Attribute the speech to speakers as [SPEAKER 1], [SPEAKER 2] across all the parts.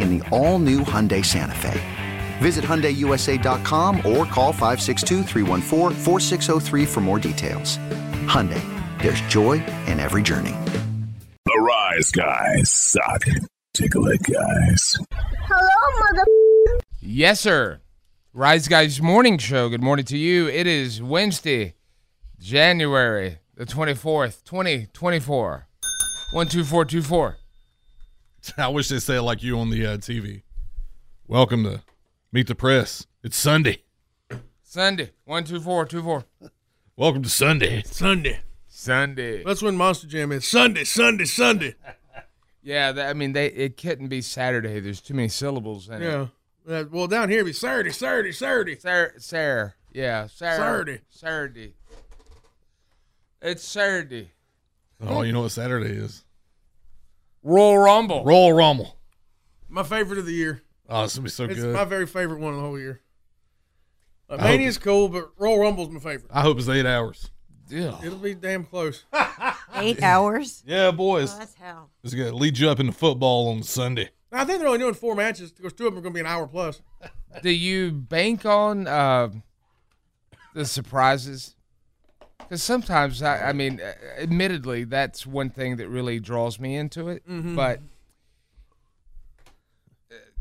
[SPEAKER 1] in the all-new Hyundai Santa Fe. Visit HyundaiUSA.com or call 562-314-4603 for more details. Hyundai, there's joy in every journey.
[SPEAKER 2] The Rise Guys suck. Take a look, guys.
[SPEAKER 3] Yes, sir. Rise Guys Morning Show. Good morning to you. It is Wednesday, January the 24th, 2024. 12424.
[SPEAKER 4] I wish they said it like you on the uh, TV. Welcome to Meet the Press. It's Sunday.
[SPEAKER 3] Sunday. 12424.
[SPEAKER 4] Welcome to Sunday.
[SPEAKER 5] Sunday.
[SPEAKER 3] Sunday.
[SPEAKER 5] That's when Monster Jam is. Sunday, Sunday, Sunday.
[SPEAKER 3] Yeah, that, I mean, they it couldn't be Saturday. There's too many syllables in it.
[SPEAKER 5] Yeah. Uh, well, down here it'd be Saturday, Saturday, Saturday.
[SPEAKER 3] Sar- Sar. Yeah, Sar-
[SPEAKER 5] Saturday.
[SPEAKER 3] Saturday. It's Saturday.
[SPEAKER 4] Oh, you know what Saturday is?
[SPEAKER 3] Royal Rumble.
[SPEAKER 4] Roll Rommel.
[SPEAKER 5] My favorite of the year.
[SPEAKER 4] Oh, this will be so
[SPEAKER 5] It's
[SPEAKER 4] good.
[SPEAKER 5] my very favorite one of the whole year. Like,
[SPEAKER 4] I hope
[SPEAKER 5] Mania's cool, but Royal Rumble's my favorite.
[SPEAKER 4] I hope it's eight hours.
[SPEAKER 3] Ugh.
[SPEAKER 5] It'll be damn close.
[SPEAKER 6] Eight hours?
[SPEAKER 4] Yeah, boys.
[SPEAKER 6] That's hell.
[SPEAKER 4] It's going to lead you up into football on Sunday.
[SPEAKER 5] I think they're only doing four matches because two of them are going to be an hour plus.
[SPEAKER 3] Do you bank on uh, the surprises? Because sometimes, I, I mean, uh, admittedly, that's one thing that really draws me into it. But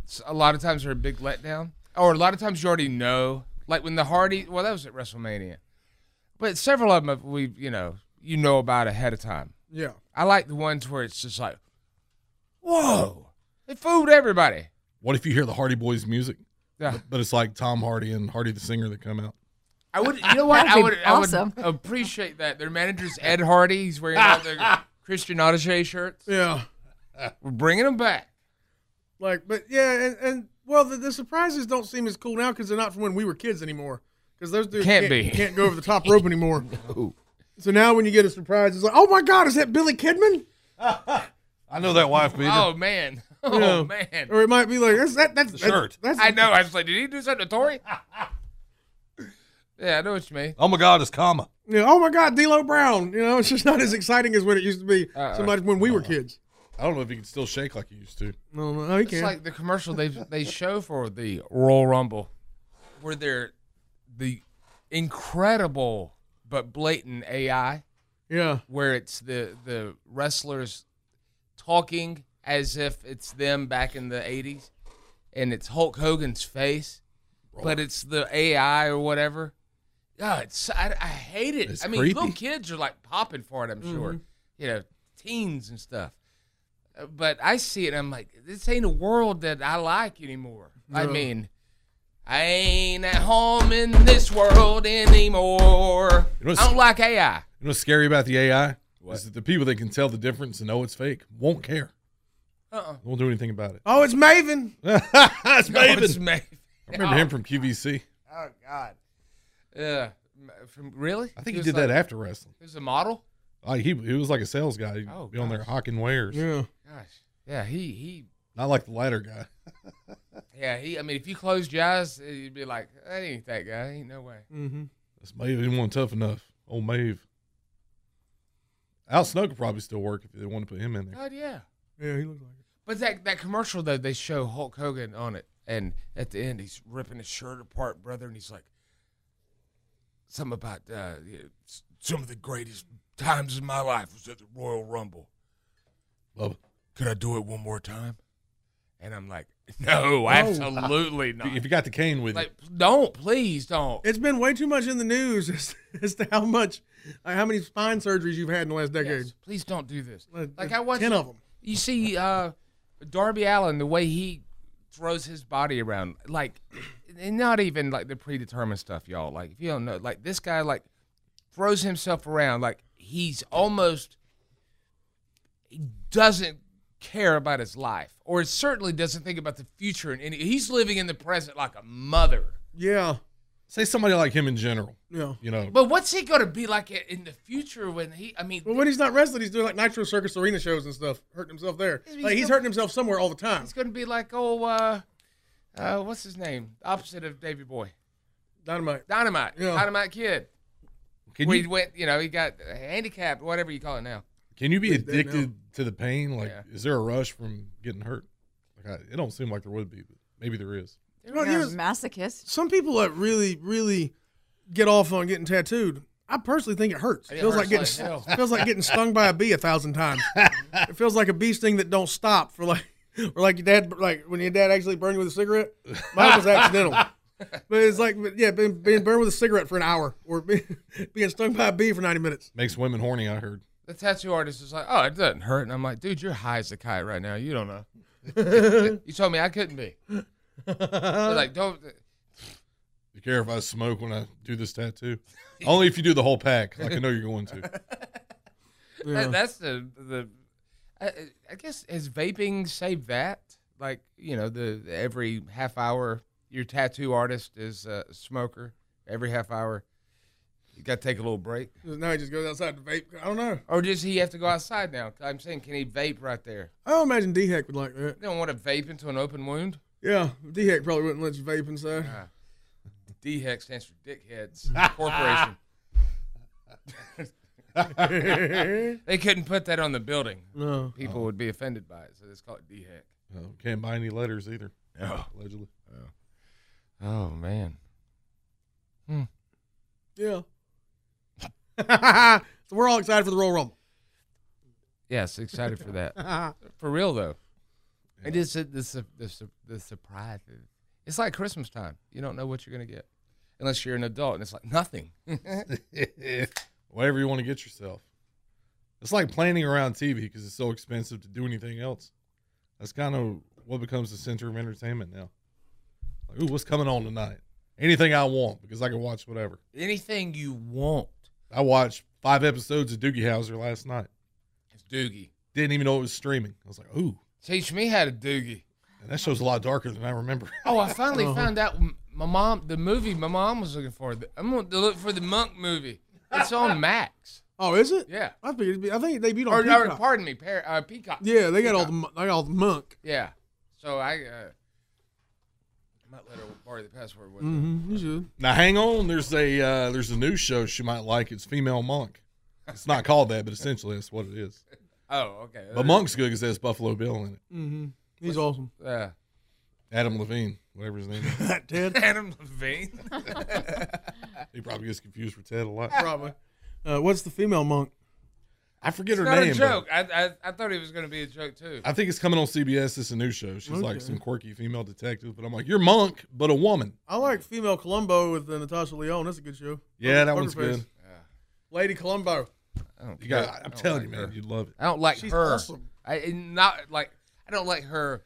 [SPEAKER 3] it's, a lot of times they're a big letdown, or a lot of times you already know. Like when the Hardy, well, that was at WrestleMania, but several of them we, you know, you know about ahead of time.
[SPEAKER 5] Yeah.
[SPEAKER 3] I like the ones where it's just like, whoa, they fooled everybody.
[SPEAKER 4] What if you hear the Hardy Boys music,
[SPEAKER 3] Yeah.
[SPEAKER 4] but it's like Tom Hardy and Hardy the singer that come out?
[SPEAKER 3] I would, you know what?
[SPEAKER 6] That'd
[SPEAKER 3] I
[SPEAKER 6] be
[SPEAKER 3] would,
[SPEAKER 6] awesome.
[SPEAKER 3] I would appreciate that. Their manager's Ed Hardy. He's wearing all the Christian Audache shirts.
[SPEAKER 5] Yeah.
[SPEAKER 3] We're bringing them back.
[SPEAKER 5] Like, but yeah, and, and well, the, the surprises don't seem as cool now because they're not from when we were kids anymore. Because those dudes
[SPEAKER 3] Can't
[SPEAKER 5] can't,
[SPEAKER 3] be.
[SPEAKER 5] can't go over the top rope anymore. So now when you get a surprise, it's like, oh my God, is that Billy Kidman?
[SPEAKER 4] I know that wife beater.
[SPEAKER 3] Oh man. Oh
[SPEAKER 5] Yeah.
[SPEAKER 3] man.
[SPEAKER 5] Or it might be like, that's that, that's
[SPEAKER 4] The shirt.
[SPEAKER 5] That's,
[SPEAKER 3] I know. I was like, did he do something to Tori? yeah, I know what you mean.
[SPEAKER 4] Oh my God, it's comma.
[SPEAKER 5] you know, oh my God, D'Lo Brown. You know, it's just not as exciting as when it used to be.
[SPEAKER 3] Uh-uh.
[SPEAKER 5] so much when we were kids.
[SPEAKER 4] I don't know if you can still shake like you used to.
[SPEAKER 5] No, no, no, he
[SPEAKER 3] It's
[SPEAKER 5] can't.
[SPEAKER 3] like the commercial they they show for the Royal Rumble, where they're the incredible but blatant AI.
[SPEAKER 5] yeah,
[SPEAKER 3] where it's the the wrestlers talking as if it's them back in the 80s and it's Hulk Hogan's face but it's the AI or whatever God, it's, I, I hate it
[SPEAKER 4] It's
[SPEAKER 3] I mean
[SPEAKER 4] creepy.
[SPEAKER 3] little kids are like popping for it I'm sure you know teens and stuff Uh, but I see it and I'm like this ain't a world that I like anymore I
[SPEAKER 5] No.
[SPEAKER 3] mean I ain't at home in this world anymore
[SPEAKER 4] You know what's-
[SPEAKER 3] I don't like AI
[SPEAKER 4] You know what's scary about the AI? Is that the people that can tell the difference and know it's fake won't care.
[SPEAKER 3] Uh-uh.
[SPEAKER 4] Won't do anything about it.
[SPEAKER 5] Oh, it's Maven.
[SPEAKER 4] That's
[SPEAKER 3] No, it's
[SPEAKER 4] Maven.
[SPEAKER 3] Maven.
[SPEAKER 4] I remember him from QVC.
[SPEAKER 3] Oh God. Yeah. From really?
[SPEAKER 4] I think he,
[SPEAKER 3] was
[SPEAKER 4] did
[SPEAKER 3] like-
[SPEAKER 4] that after wrestling.
[SPEAKER 3] He was a model.
[SPEAKER 4] Like he, he was like a sales guy. He'd
[SPEAKER 3] Oh,
[SPEAKER 4] be on there
[SPEAKER 3] gosh.
[SPEAKER 4] hawking wares.
[SPEAKER 5] Yeah,
[SPEAKER 3] Gosh. Yeah. He he.
[SPEAKER 4] Not like the latter guy.
[SPEAKER 3] Yeah, he. I mean, if you closed your eyes, eh, you'd be like, "That ain't that guy. Ain't no way."
[SPEAKER 5] Mm-hmm.
[SPEAKER 4] That's Maeve. He wasn't tough enough. Old Maeve. Al Snow could probably still work if they want to put him in there.
[SPEAKER 3] Mm. God, yeah.
[SPEAKER 5] Yeah, he looked like it.
[SPEAKER 3] But that that commercial though, they show Hulk Hogan on it, and at the end he's ripping his shirt apart, brother, and he's like, "Something about uh, yeah, s- some of the greatest times in my life was at the Royal Rumble.
[SPEAKER 4] Love it.
[SPEAKER 3] Could I do it one more time?" And I'm like, "No, absolutely not.
[SPEAKER 4] If you got the cane with
[SPEAKER 3] Like, don't, please don't."
[SPEAKER 5] It's been way too much in the news as, as to how much, like, how many spine surgeries you've had in the last decade.
[SPEAKER 3] Yes, please don't do this.
[SPEAKER 5] Like,
[SPEAKER 3] Like I watched
[SPEAKER 5] ten of 'em.
[SPEAKER 3] You see, uh, Darby Allen, the way he throws his body around, like, and not even like the predetermined stuff, y'all. Like, if you don't know, like this guy, like, throws himself around, like he's almost he doesn't care about his life, or certainly doesn't think about the future. And he's living in the present like a mother.
[SPEAKER 5] Yeah,
[SPEAKER 4] Say somebody like him in general.
[SPEAKER 5] yeah.
[SPEAKER 4] You know,
[SPEAKER 3] But what's he going to be like i- in the future when he? I mean,
[SPEAKER 5] Well, when he's not wrestling, he's doing like Nitro Circus Arena shows and stuff, hurting himself there.
[SPEAKER 3] mean,
[SPEAKER 5] Like
[SPEAKER 3] he's
[SPEAKER 5] he's
[SPEAKER 3] still-
[SPEAKER 5] hurting himself somewhere all the time.
[SPEAKER 3] It's gonna be like oh, uh, uh, what's his name? Opposite of Davy Boy,
[SPEAKER 5] Dynamite.
[SPEAKER 3] Dynamite,
[SPEAKER 5] Yeah.
[SPEAKER 3] Dynamite Kid.
[SPEAKER 4] can
[SPEAKER 3] we
[SPEAKER 4] you
[SPEAKER 3] went, you know, he got handicapped, whatever you call it now.
[SPEAKER 4] can you be
[SPEAKER 5] He's dead now.
[SPEAKER 4] addicted to the pain? Like,
[SPEAKER 3] Yeah.
[SPEAKER 4] is there a rush from getting hurt? Like, I, it don't seem like there would be, but maybe there is.
[SPEAKER 5] You know, he
[SPEAKER 6] You're a
[SPEAKER 5] was-
[SPEAKER 6] masochist.
[SPEAKER 5] some people that really, really get off on getting tattooed. I personally think it hurts.
[SPEAKER 3] It
[SPEAKER 5] feels like getting
[SPEAKER 3] hurts like hell.
[SPEAKER 5] feels like getting stung by a bee a thousand times. it feels like a bee sting that don't stop for like or like your dad like when your dad actually burned you with a cigarette. Mine was accidental. But it's like, but yeah, being, being burned with a cigarette for an hour or being, being stung by a bee for 90 minutes.
[SPEAKER 4] Makes women horny. I heard.
[SPEAKER 3] The tattoo artist was like, "Oh, it doesn't hurt," and I'm like, "Dude, you're high as a kite right now. You don't know. you told me I couldn't be. They're like, don't.
[SPEAKER 4] You care if I smoke when I do this tattoo? Only if you do the whole pack. Like I know you're going to.
[SPEAKER 3] that- that's the the. I, I guess has vaping saved that? Like, you know, the every half hour your tattoo artist is a smoker. Every half hour, you got to take a little break.
[SPEAKER 5] Now he just goes outside to vape. I don't know.
[SPEAKER 3] Or does he have to go outside now? I'm saying, can he vape right there?
[SPEAKER 5] I don't imagine D Heck would like that.
[SPEAKER 3] They don't want to vape into an open wound.
[SPEAKER 5] Yeah, D Heck probably wouldn't let you vape inside.
[SPEAKER 3] DHEC stands for Dickheads Corporation. they couldn't put that on the building.
[SPEAKER 5] No.
[SPEAKER 3] People would be offended by it, so it's called DHEC.
[SPEAKER 4] Uh, can't buy any letters either. Allegedly.
[SPEAKER 3] Oh man,
[SPEAKER 5] Yeah. so we're all excited for the Royal Rumble.
[SPEAKER 3] yes, excited for that. for real though, it is the the su- the, su- the surprise. It's like Christmas time. You don't know what you're gonna get unless you're an adult, and it's like nothing.
[SPEAKER 4] Whatever you want to get yourself. It's like planning around TV because it's so expensive to do anything else. That's kind of what becomes the center of entertainment now. Like, ooh, what's coming on tonight? Anything I want because I can watch whatever.
[SPEAKER 3] Anything you want
[SPEAKER 4] I watched five episodes of Doogie Howser last night.
[SPEAKER 3] is Doogie.
[SPEAKER 4] Didn't even know it was streaming. I was like, ooh,
[SPEAKER 3] Teach me how to Doogie.
[SPEAKER 4] and that show's a lot darker than I remember.
[SPEAKER 3] Oh, I finally
[SPEAKER 5] Uh-huh.
[SPEAKER 3] found out m- my mom the movie my mom was looking for. The- I'm going to look for the Monk movie. It's on Max.
[SPEAKER 5] Oh, is it?
[SPEAKER 3] Yeah.
[SPEAKER 5] I think it'd be, I think they beat on
[SPEAKER 3] Or, or
[SPEAKER 5] Peacock.
[SPEAKER 3] pardon me, Par- uh, Peacock.
[SPEAKER 5] Yeah, they got all the mon- they got all the monk.
[SPEAKER 3] Yeah. So I uh, might let her borrow the password. With her.
[SPEAKER 5] Mm-hmm, you should.
[SPEAKER 4] Now hang on, there's a uh, there's a new show she might like. It's Female Monk. It's not called that, but essentially that's what it is.
[SPEAKER 3] Oh, okay.
[SPEAKER 4] But Monk's good because it has Buffalo Bill in it.
[SPEAKER 5] Mm-hmm. He's awesome.
[SPEAKER 3] Uh,
[SPEAKER 4] Adam Levine, whatever his name is.
[SPEAKER 5] Ted
[SPEAKER 3] Adam Levine.
[SPEAKER 4] He probably gets confused for Ted a lot.
[SPEAKER 5] probably. Uh, what's the female monk?
[SPEAKER 4] I forget
[SPEAKER 3] It's
[SPEAKER 4] her
[SPEAKER 3] not
[SPEAKER 4] name.
[SPEAKER 3] a
[SPEAKER 4] but
[SPEAKER 3] joke. I, I I thought it was going to be a joke too.
[SPEAKER 4] I think it's coming on CBS. It's a new show. She's like
[SPEAKER 5] Okay.
[SPEAKER 4] some quirky female detective, but I'm like, you're Monk, but a woman.
[SPEAKER 5] I like female Columbo with uh, Natasha Leone. That's a good show.
[SPEAKER 4] Yeah, that
[SPEAKER 5] Poker
[SPEAKER 4] one's
[SPEAKER 5] Face.
[SPEAKER 4] good.
[SPEAKER 5] Lady Columbo.
[SPEAKER 3] I don't
[SPEAKER 4] You
[SPEAKER 3] care.
[SPEAKER 4] got.
[SPEAKER 3] I
[SPEAKER 4] I'm
[SPEAKER 3] don't
[SPEAKER 4] telling
[SPEAKER 3] like
[SPEAKER 4] you,
[SPEAKER 3] her.
[SPEAKER 4] man, you'd love it.
[SPEAKER 3] I don't like
[SPEAKER 5] She's
[SPEAKER 3] her.
[SPEAKER 5] awesome.
[SPEAKER 3] I and not like I don't like her.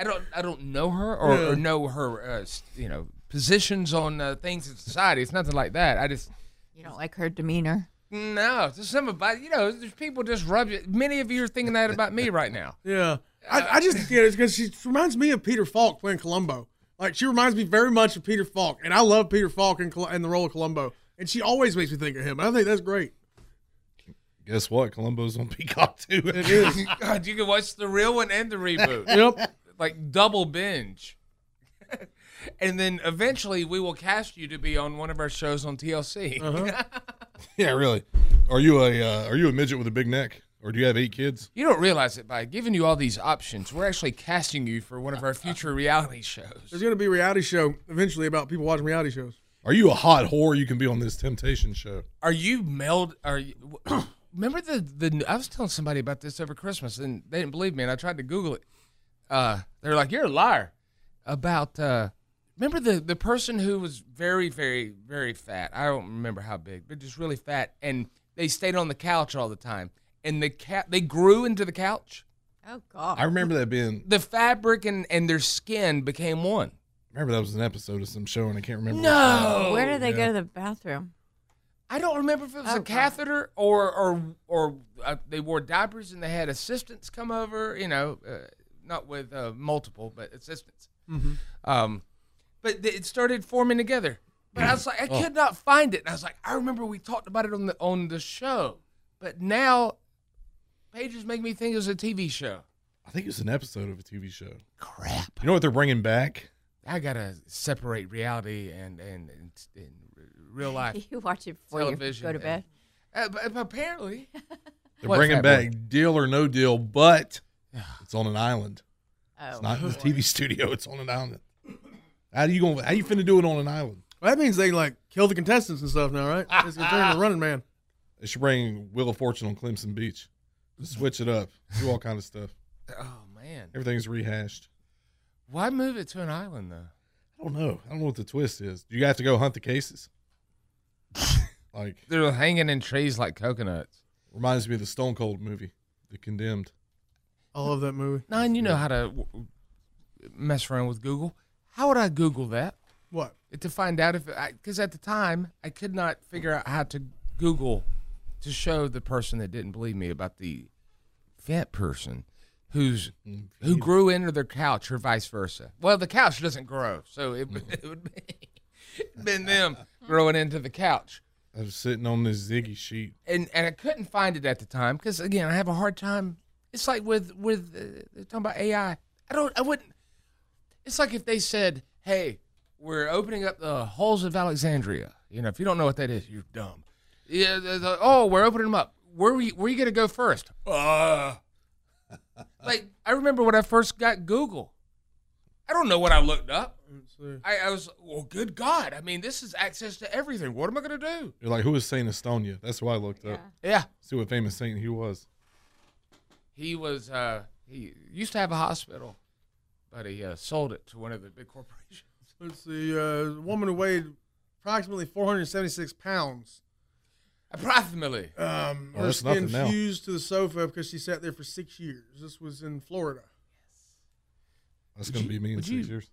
[SPEAKER 3] I don't I don't know her or,
[SPEAKER 5] Yeah.
[SPEAKER 3] or know her uh, s- you know positions on uh, things in society. It's nothing like that. I just
[SPEAKER 6] You don't like her demeanor.
[SPEAKER 3] no. There's some about you know. There's people just rub you. Many of you are thinking that about me right now.
[SPEAKER 5] Yeah. I, I just get it because she reminds me of Peter Falk playing Columbo. Like she reminds me very much of Peter Falk, and I love Peter Falk and, and the role of Columbo. And she always makes me think of him. I think that's great.
[SPEAKER 4] Guess what? Columbo's on Peacock too.
[SPEAKER 3] God, you can watch the real one and the reboot.
[SPEAKER 5] Yep.
[SPEAKER 3] like double binge. and then eventually we will cast you to be on one of our shows on TLC.
[SPEAKER 4] Yeah, really. Are you a uh, are you a midget with a big neck, or do you have eight kids?
[SPEAKER 3] You don't realize it by giving you all these options. We're actually casting you for one of our future reality shows.
[SPEAKER 5] There's going to be a reality show eventually about people watching reality shows.
[SPEAKER 4] Are you a hot whore? You can be on this temptation show.
[SPEAKER 3] Are you meld? Are you, remember the the? I was telling somebody about this over Christmas, and they didn't believe me. And I tried to Google it. Uh, they're like, "You're a liar." About uh, remember the the person who was very very very fat. I don't remember how big, but just really fat, and they stayed on the couch all the time. And the cat they grew into the couch.
[SPEAKER 6] Oh God.
[SPEAKER 4] I remember that being.
[SPEAKER 3] The fabric and and their skin became one.
[SPEAKER 4] Remember that was an episode of some show, and I can't remember. what it
[SPEAKER 3] No,
[SPEAKER 6] Where do they go to the bathroom?
[SPEAKER 3] I don't remember if it was
[SPEAKER 6] Oh,
[SPEAKER 3] a
[SPEAKER 6] God.
[SPEAKER 3] catheter or or or uh, they wore diapers and they had assistants come over. You know, uh, not with uh, multiple, but assistants.
[SPEAKER 6] Mm-hmm.
[SPEAKER 3] Um, but th- it started forming together. But I was like, I
[SPEAKER 6] Oh.
[SPEAKER 3] could not find it. And I was like, I remember we talked about it on the on the show, but now pages make me think it was a TV show.
[SPEAKER 4] I think it was an episode of a TV show.
[SPEAKER 1] Crap.
[SPEAKER 4] You know what they're bringing back?
[SPEAKER 3] I gotta separate reality and and and, and real life.
[SPEAKER 6] You watch it before you
[SPEAKER 3] Television
[SPEAKER 6] go to
[SPEAKER 3] and-
[SPEAKER 6] bed.
[SPEAKER 3] Uh, but apparently,
[SPEAKER 4] They're
[SPEAKER 3] What's
[SPEAKER 4] bringing
[SPEAKER 3] that
[SPEAKER 4] back Deal or No Deal, but it's on an island.
[SPEAKER 6] Oh,
[SPEAKER 4] It's not in the TV studio. It's on an island. How do you going? How you finna do it on an island?
[SPEAKER 5] Well, that means they like kill the contestants and stuff now, right? It's going to turn into Running Man.
[SPEAKER 4] They should bring Wheel of Fortune on Clemson Beach. Switch it up. Do all kind of stuff.
[SPEAKER 3] oh man,
[SPEAKER 4] Everything's rehashed.
[SPEAKER 3] why move it to an island though?
[SPEAKER 4] I don't know. I don't know what the twist is. Do you have to go hunt the cases? like
[SPEAKER 3] They're hanging in trees like coconuts.
[SPEAKER 4] reminds me of the Stone Cold movie, The Condemned.
[SPEAKER 5] I love that movie.
[SPEAKER 3] Nine, you know how to w- w- mess around with Google. How would I Google that
[SPEAKER 5] What?
[SPEAKER 3] to find out if? Because at the time, I could not figure out how to Google to show the person that didn't believe me about the fat person who's who grew into their couch or vice versa. Well, the couch doesn't grow, so it, would- it would be been them growing into the couch.
[SPEAKER 4] I was sitting on this Ziggy sheet.
[SPEAKER 3] and and I couldn't find it at the time because again I have a hard time. It's like with with uh, they're talking about AI. I don't. I wouldn't. It's like if they said, "Hey, we're opening up the halls of Alexandria." You know, if you don't know what that is, you're dumb. Yeah. they're like, oh, we're opening them up. Where were you, where you gonna go first? Uh. like I remember when I first got Google. I don't know what I looked up. I, I was well, good God! I mean, this is access to everything. What am I gonna do?
[SPEAKER 4] You're like, who is Saint Estonia? That's why I looked up.
[SPEAKER 3] Yeah.
[SPEAKER 4] See what famous saint he was.
[SPEAKER 3] He was uh, he used to have a hospital, but he uh, sold it to one of the big corporations.
[SPEAKER 5] Let's see. Uh, a woman who weighed approximately 476 pounds.
[SPEAKER 3] Approximately.
[SPEAKER 5] Um,
[SPEAKER 4] Oh,
[SPEAKER 5] her
[SPEAKER 4] that's
[SPEAKER 5] skin
[SPEAKER 4] nothing now.
[SPEAKER 5] fused to the sofa because she sat there for six years. This was in Florida.
[SPEAKER 4] That's
[SPEAKER 3] Would
[SPEAKER 4] gonna
[SPEAKER 3] you-
[SPEAKER 4] be me in
[SPEAKER 3] would
[SPEAKER 4] six
[SPEAKER 3] you-
[SPEAKER 4] years.